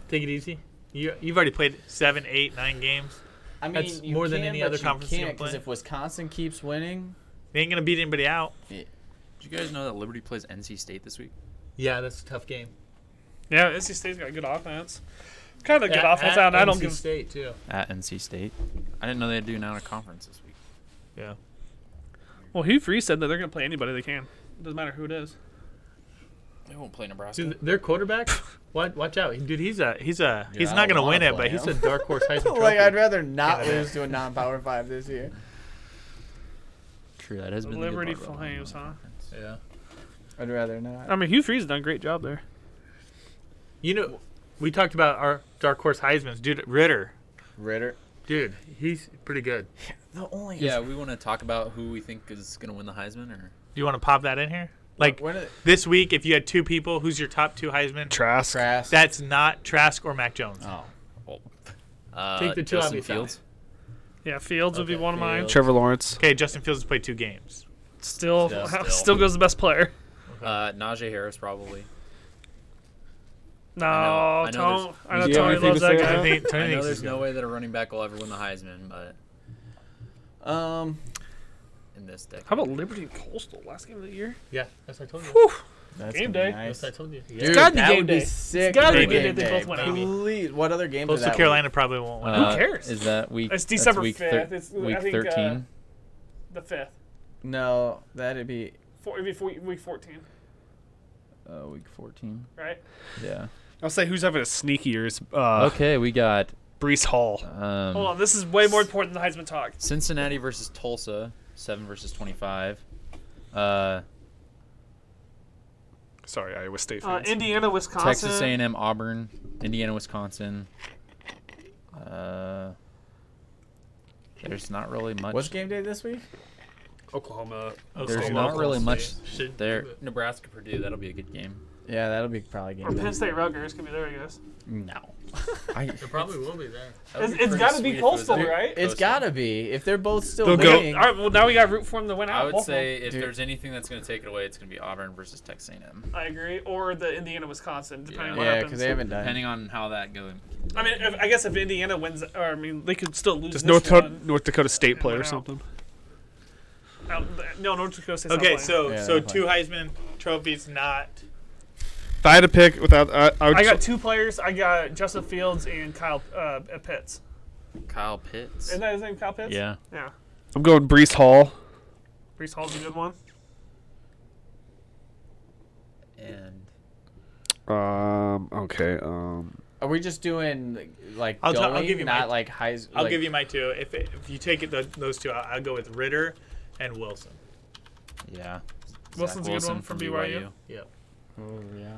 Speaker 7: take it easy? You you've already played seven, eight, nine games.
Speaker 3: I mean,
Speaker 7: that's
Speaker 3: you
Speaker 7: more than
Speaker 3: can,
Speaker 7: any
Speaker 3: but
Speaker 7: other
Speaker 3: you
Speaker 7: conference you
Speaker 3: can't
Speaker 7: play.
Speaker 3: 'cause if Wisconsin keeps winning,
Speaker 7: They ain't gonna beat anybody out.
Speaker 5: Did you guys know that Liberty plays NC State this week?
Speaker 7: Yeah, that's a tough game.
Speaker 6: Yeah, NC State's got good offense. Kind of good offense out. and I don't give.
Speaker 7: State too.
Speaker 5: At NC State. I didn't know they had to do an out of conference this week.
Speaker 7: Yeah.
Speaker 6: Well, Hugh Freeze said that they're going to play anybody they can. Doesn't matter who it is.
Speaker 5: They won't play Nebraska.
Speaker 8: Dude, their quarterback. Watch, watch out, dude. He's a he's a he's
Speaker 5: I
Speaker 8: not
Speaker 5: don't
Speaker 8: gonna
Speaker 5: wanna
Speaker 8: win it,
Speaker 5: play
Speaker 8: but he's a
Speaker 5: him.
Speaker 8: dark horse Heisman Trophy.
Speaker 3: like I'd rather not lose to a non-power five this year.
Speaker 5: True, that has been
Speaker 6: Liberty
Speaker 5: the good part about
Speaker 6: Flames, huh?
Speaker 8: yeah.
Speaker 3: I'd rather not.
Speaker 6: I mean, Hugh Freeze has done a great job there.
Speaker 8: You know, we talked about our dark horse Heisman's, dude. Ritter,
Speaker 3: Ritter.
Speaker 8: dude, he's pretty good.
Speaker 3: The only
Speaker 5: it. Yeah, we want to talk about who we think is going to win the Heisman, or
Speaker 8: Do you want to pop that in here? Like
Speaker 3: When it,
Speaker 8: this week, if you had two people, who's your top two Heisman?
Speaker 4: Trask.
Speaker 3: Trask.
Speaker 8: That's not Trask or Mac Jones.
Speaker 5: oh, well, uh,
Speaker 8: Take the two
Speaker 5: Justin
Speaker 8: obvious out.
Speaker 5: Fields.
Speaker 6: Yeah, Fields would be
Speaker 5: Okay,
Speaker 6: one of mine.
Speaker 5: Fields.
Speaker 4: Trevor Lawrence.
Speaker 8: Okay, Justin Fields has played two games.
Speaker 6: Still,
Speaker 5: Still.
Speaker 6: still,
Speaker 5: Still.
Speaker 6: goes the best player.
Speaker 5: Uh, Najee Harris probably.
Speaker 6: No,
Speaker 5: know- I know
Speaker 6: Tony. I know
Speaker 4: Do you have
Speaker 6: Tony
Speaker 4: anything
Speaker 6: loves
Speaker 4: to
Speaker 6: that
Speaker 4: say
Speaker 6: guy.
Speaker 4: about
Speaker 8: Tony-
Speaker 5: I
Speaker 8: Tony
Speaker 5: know
Speaker 8: thinks
Speaker 5: there's
Speaker 8: he's
Speaker 5: no
Speaker 8: good.
Speaker 5: way that a running back will ever win the Heisman, but
Speaker 3: um,
Speaker 5: in this decade,
Speaker 6: How about Liberty and Coastal last game of the year?
Speaker 8: Yeah, that's what I told you.
Speaker 3: that's
Speaker 6: Game
Speaker 3: gonna be
Speaker 6: day.
Speaker 3: Nice.
Speaker 8: That's what I told you. Yeah.
Speaker 3: Dude,
Speaker 6: gotta be
Speaker 3: that
Speaker 6: game
Speaker 3: would
Speaker 6: day.
Speaker 3: be sick.
Speaker 6: It's gotta
Speaker 3: for
Speaker 8: be game
Speaker 6: day. They both went
Speaker 8: out.
Speaker 3: Please, what other games? are
Speaker 8: Coastal
Speaker 3: that
Speaker 8: Carolina probably won't win.
Speaker 6: Uh, Who cares?
Speaker 5: Is that week?
Speaker 6: It's
Speaker 5: that's
Speaker 6: December
Speaker 5: week
Speaker 6: 5th. It's- I
Speaker 5: week
Speaker 6: think, uh,
Speaker 5: thirteen.
Speaker 6: The fifth.
Speaker 3: Week? No, that'd be
Speaker 6: Four, it'd be week 14,
Speaker 5: Uh, week fourteen.
Speaker 6: right?
Speaker 5: Yeah.
Speaker 4: I'll say who's having a sneaky year is uh,
Speaker 5: Okay, we got
Speaker 4: Brees Hall.
Speaker 5: um,
Speaker 6: Hold on, this is way more important than the Heisman talk.
Speaker 5: Cincinnati versus Tulsa, seven versus twenty-five. Uh,
Speaker 4: Sorry, Iowa State
Speaker 6: Uh,
Speaker 4: fans.
Speaker 6: Indiana, Wisconsin.
Speaker 5: Texas A&M, Auburn, Indiana, Wisconsin. Uh, there's not really much.
Speaker 3: what's game day this week?
Speaker 4: Oklahoma.
Speaker 5: There's
Speaker 8: Oklahoma,
Speaker 5: not really
Speaker 8: Oklahoma
Speaker 5: much
Speaker 8: State. Should-
Speaker 5: there. Nebraska, Purdue. That'll be a good game.
Speaker 3: Yeah, that'll be probably
Speaker 6: Or
Speaker 3: game day.
Speaker 6: Penn State Rutgers could be there, I guess.
Speaker 3: No,
Speaker 8: It probably will be there.
Speaker 6: It's, it's got to be Coastal, right?
Speaker 3: it's gotta be if they're both still
Speaker 4: They'll go-
Speaker 3: winning.
Speaker 6: All right, well, now we got to root for them to win out.
Speaker 5: I would
Speaker 6: both of
Speaker 5: say if
Speaker 3: Dude.
Speaker 5: there's anything that's going to take it away, it's going to be Auburn versus Texas A&M.
Speaker 6: them. I agree. Or the Indiana, Wisconsin, depending on what
Speaker 3: Yeah,
Speaker 6: happens.
Speaker 3: because they haven't done.
Speaker 5: Depending on how that goes.
Speaker 6: I mean, if, I guess if Indiana wins, or I mean, they could still lose.
Speaker 4: Does
Speaker 6: this
Speaker 4: North, Dakota,
Speaker 6: one.
Speaker 4: North Dakota State play
Speaker 6: Wow.
Speaker 4: or something?
Speaker 6: Out- No, North Dakota State's not
Speaker 8: Okay,
Speaker 6: playing.
Speaker 8: so
Speaker 3: Yeah,
Speaker 8: so
Speaker 3: they're
Speaker 8: two Heisman trophies, not.
Speaker 4: If I had to pick without, I I would
Speaker 6: I got two players. I got Justin Fields and Kyle uh, Pitts.
Speaker 5: Kyle Pitts.
Speaker 6: Isn't that his name, Kyle Pitts?
Speaker 5: Yeah.
Speaker 6: Yeah.
Speaker 4: I'm going Brees Hall.
Speaker 6: Brees Hall's a good one.
Speaker 5: And
Speaker 4: Um. Okay. Um.
Speaker 3: Are we just doing like
Speaker 8: I'll t- I'll
Speaker 3: going,
Speaker 8: give you my-
Speaker 3: not like high?
Speaker 8: I'll give you my two. If it, if you take it th- those two, I'll, I'll go with Ritter and Wilson.
Speaker 5: yeah.
Speaker 6: Wilson's a good one from BYU.
Speaker 8: Yep.
Speaker 3: Oh, yeah.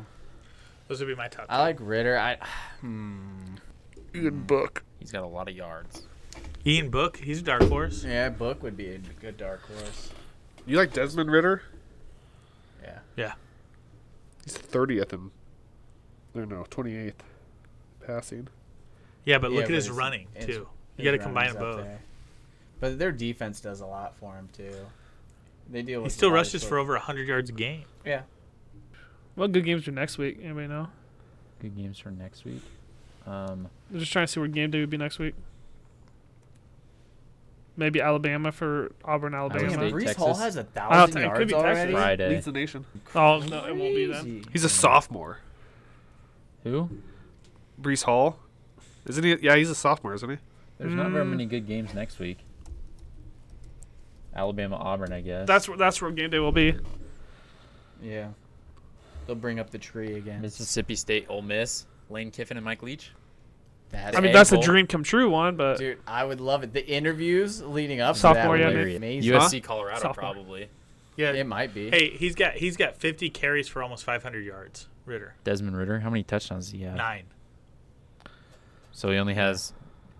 Speaker 8: Those would be my top.
Speaker 3: I like Ritter. I
Speaker 4: Good book.
Speaker 5: He's got a lot of yards.
Speaker 8: two. Ian Book, he's a dark horse.
Speaker 3: yeah, Book would be a good dark horse.
Speaker 4: You like Desmond Ritter?
Speaker 3: Yeah.
Speaker 8: Yeah.
Speaker 4: He's thirtieth and no, no, twenty eighth passing.
Speaker 8: Yeah, but
Speaker 3: Yeah,
Speaker 8: look at
Speaker 3: but
Speaker 8: his
Speaker 3: it's-
Speaker 8: running
Speaker 3: it's-
Speaker 8: too. You
Speaker 3: His
Speaker 8: got to combine
Speaker 3: running's
Speaker 8: them
Speaker 3: up
Speaker 8: both.
Speaker 3: there. But their defense does a lot for him too. They deal.
Speaker 8: He
Speaker 3: with a
Speaker 8: still
Speaker 3: lot of
Speaker 8: rushes
Speaker 3: shit.
Speaker 8: for over 100 yards a game.
Speaker 3: Yeah.
Speaker 6: What good games are next week? Anybody know?
Speaker 5: Good games for next week. Um,
Speaker 6: I'm just trying to see where game day would be next week. Maybe Alabama for Auburn,
Speaker 5: Iowa
Speaker 3: Damn,
Speaker 5: State,
Speaker 6: Alabama.
Speaker 3: Brees
Speaker 5: Texas.
Speaker 3: Hall has a
Speaker 6: don't
Speaker 3: thousand
Speaker 6: think- it could
Speaker 3: yards
Speaker 6: be Texas.
Speaker 3: already.
Speaker 5: Friday.
Speaker 4: Leads the nation.
Speaker 6: Oh no, it won't be then.
Speaker 3: Crazy.
Speaker 4: He's a sophomore.
Speaker 5: Who?
Speaker 4: Brees Hall, isn't he? Yeah, he's a sophomore, isn't he?
Speaker 5: There's not very many good games next week. Alabama, Auburn, I guess.
Speaker 6: That's where that's where game day will be.
Speaker 3: Yeah. They'll bring up the tree again.
Speaker 5: Mississippi State, Ole Miss, Lane Kiffin, and Mike Leach.
Speaker 3: That's
Speaker 6: I mean,
Speaker 5: Egg
Speaker 6: that's a
Speaker 5: Bowl.
Speaker 6: dream come true one, but
Speaker 3: Dude, I would love it. The interviews leading up
Speaker 6: Sophomore
Speaker 3: to that
Speaker 6: year,
Speaker 3: would
Speaker 6: maybe.
Speaker 3: be amazing.
Speaker 5: USC, Colorado,
Speaker 6: Sophomore.
Speaker 5: probably.
Speaker 8: Yeah.
Speaker 3: It might be.
Speaker 8: Hey, he's got he's got 50 carries for almost 500 yards. Ritter
Speaker 5: Desmond Ritter. How many touchdowns does he have?
Speaker 8: nine,
Speaker 5: So he only has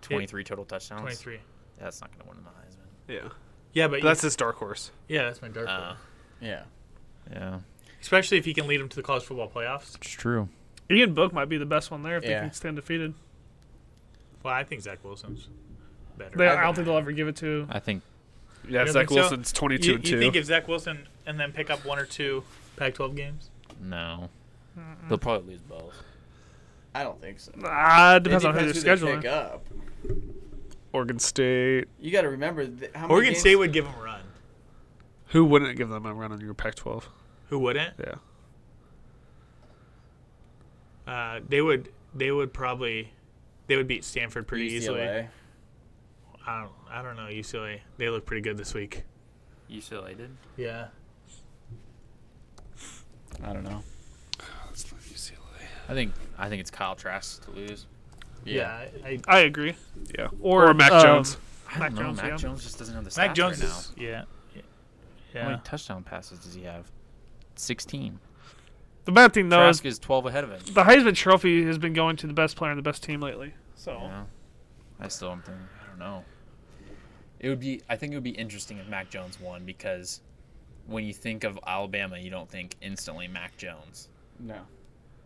Speaker 5: 23 total touchdowns.
Speaker 8: 23.
Speaker 5: That's not going to win the
Speaker 4: Yeah.
Speaker 8: Yeah, but,
Speaker 4: But that's his dark horse.
Speaker 8: yeah, that's my dark
Speaker 5: Heisman. Uh,
Speaker 8: horse.
Speaker 3: Yeah.
Speaker 5: yeah,
Speaker 8: Especially if he can lead him to the college football playoffs.
Speaker 5: it's true.
Speaker 6: Ian Book might be the best one there if
Speaker 3: Yeah.
Speaker 6: they can stand defeated.
Speaker 8: Well, I think Zach Wilson's better.
Speaker 6: They, I don't think they'll ever give it to.
Speaker 5: I think
Speaker 4: Yeah,
Speaker 8: don't
Speaker 4: Zach
Speaker 8: think so?
Speaker 4: Wilson's twenty two
Speaker 8: you,
Speaker 4: and
Speaker 8: you
Speaker 4: two.
Speaker 8: think if Zach Wilson and then pick up one or two Pac-12 games?
Speaker 5: no. They'll probably lose both.
Speaker 3: I don't think so.
Speaker 6: Ah, it depends
Speaker 3: It
Speaker 6: on who
Speaker 3: depends
Speaker 6: they're
Speaker 3: who they
Speaker 6: scheduling.
Speaker 3: pick up.
Speaker 4: Oregon State.
Speaker 3: You got to remember th- how many
Speaker 8: Oregon
Speaker 3: games-
Speaker 8: State would give him a run.
Speaker 4: Who wouldn't give them a run on your Pac twelve?
Speaker 8: Who wouldn't?
Speaker 4: Yeah.
Speaker 8: Uh, they would. They would probably. They would beat Stanford pretty easily.
Speaker 3: UCLA.
Speaker 8: I don't. I don't know UCLA. They look pretty good this week.
Speaker 5: UCLA did.
Speaker 7: Yeah.
Speaker 5: I don't know.
Speaker 4: That's not UCLA.
Speaker 5: I think I think it's Kyle Trask to lose.
Speaker 7: Yeah. I, I,
Speaker 6: I agree.
Speaker 4: Yeah.
Speaker 6: Or,
Speaker 4: Or, Mac
Speaker 6: um,
Speaker 4: Jones.
Speaker 5: I
Speaker 6: Mac
Speaker 5: don't know.
Speaker 6: Jones,
Speaker 5: Mac
Speaker 6: yeah.
Speaker 5: Jones just doesn't have the stats
Speaker 7: Mac Jones
Speaker 5: right now.
Speaker 7: is yeah.
Speaker 5: How
Speaker 7: Yeah.
Speaker 5: many touchdown passes does he have? Sixteen.
Speaker 6: The bad thing though
Speaker 5: Trask
Speaker 6: is
Speaker 5: is twelve ahead of him.
Speaker 6: the Heisman Trophy has been going to the best player and the best team lately. So
Speaker 5: You know? I still don't think. I don't know. It would be. I think it would be interesting if Mac Jones won because when you think of Alabama, you don't think instantly Mac Jones.
Speaker 3: No.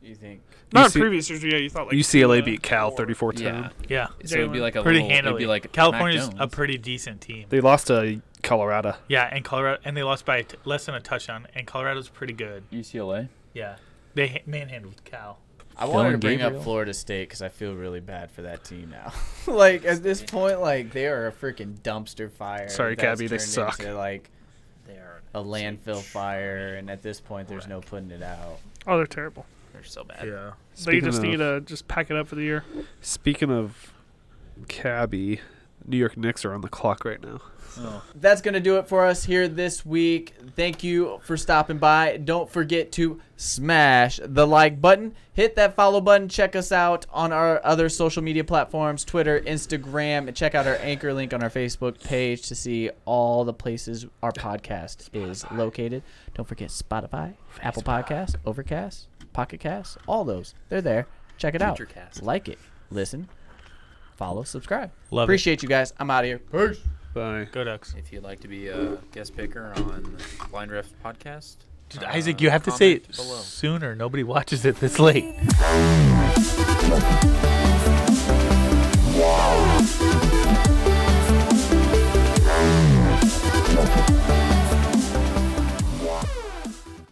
Speaker 3: You think?
Speaker 6: not
Speaker 4: UC
Speaker 6: in previous years, but yeah, you thought like
Speaker 4: UCLA
Speaker 6: Tua
Speaker 4: beat Cal
Speaker 6: or-
Speaker 4: 34
Speaker 5: Yeah.
Speaker 4: 10.
Speaker 7: Yeah.
Speaker 5: So it'd be
Speaker 6: Jalen.
Speaker 5: like a
Speaker 7: Pretty
Speaker 5: little,
Speaker 7: handily.
Speaker 5: Oh, It'd be like
Speaker 7: California's
Speaker 5: Mac
Speaker 7: a
Speaker 5: Jones.
Speaker 7: pretty decent team.
Speaker 4: They lost to Colorado.
Speaker 7: Yeah, and Colorado and they lost by t- less than a touchdown and Colorado's pretty good.
Speaker 5: UCLA.
Speaker 7: Yeah. They ha- manhandled Cal.
Speaker 3: I wanted to
Speaker 5: Dylan
Speaker 3: bring
Speaker 5: Gabriel?
Speaker 3: up Florida State because I feel really bad for that team now. like at this point, like they are a freaking dumpster fire.
Speaker 4: Sorry,
Speaker 3: that's
Speaker 4: Gabby, they
Speaker 3: turned
Speaker 4: suck.
Speaker 3: into, like
Speaker 5: They are.
Speaker 3: a landfill fire, and at this point, there's no putting it out.
Speaker 6: Oh, they're terrible.
Speaker 5: They're so bad.
Speaker 7: Yeah.
Speaker 6: they just
Speaker 4: of,
Speaker 6: need to just pack it up for the year.
Speaker 4: Speaking of Cabby, New York Knicks are on the clock right now.
Speaker 3: That's gonna do it for us here this week. Thank you for stopping by. Don't forget to smash the like button, hit that follow button. Check us out on our other social media platforms: Twitter, Instagram, and check out our anchor link on our Facebook page to see all the places our podcast is located. Don't forget Spotify, Apple Podcast, Overcast, Pocket Cast, all those. They're there. Check it out.
Speaker 5: Futurecast.
Speaker 3: Like it, listen, follow, subscribe.
Speaker 7: Love it.
Speaker 3: Appreciate you guys. I'm out of here. Peace.
Speaker 4: Bye.
Speaker 7: Go Ducks.
Speaker 5: If you'd like to be a guest picker on Blind Ref Podcast,
Speaker 7: Dude,
Speaker 5: uh,
Speaker 7: Isaac, you have to say it
Speaker 5: comment below.
Speaker 7: sooner. Nobody watches it this late.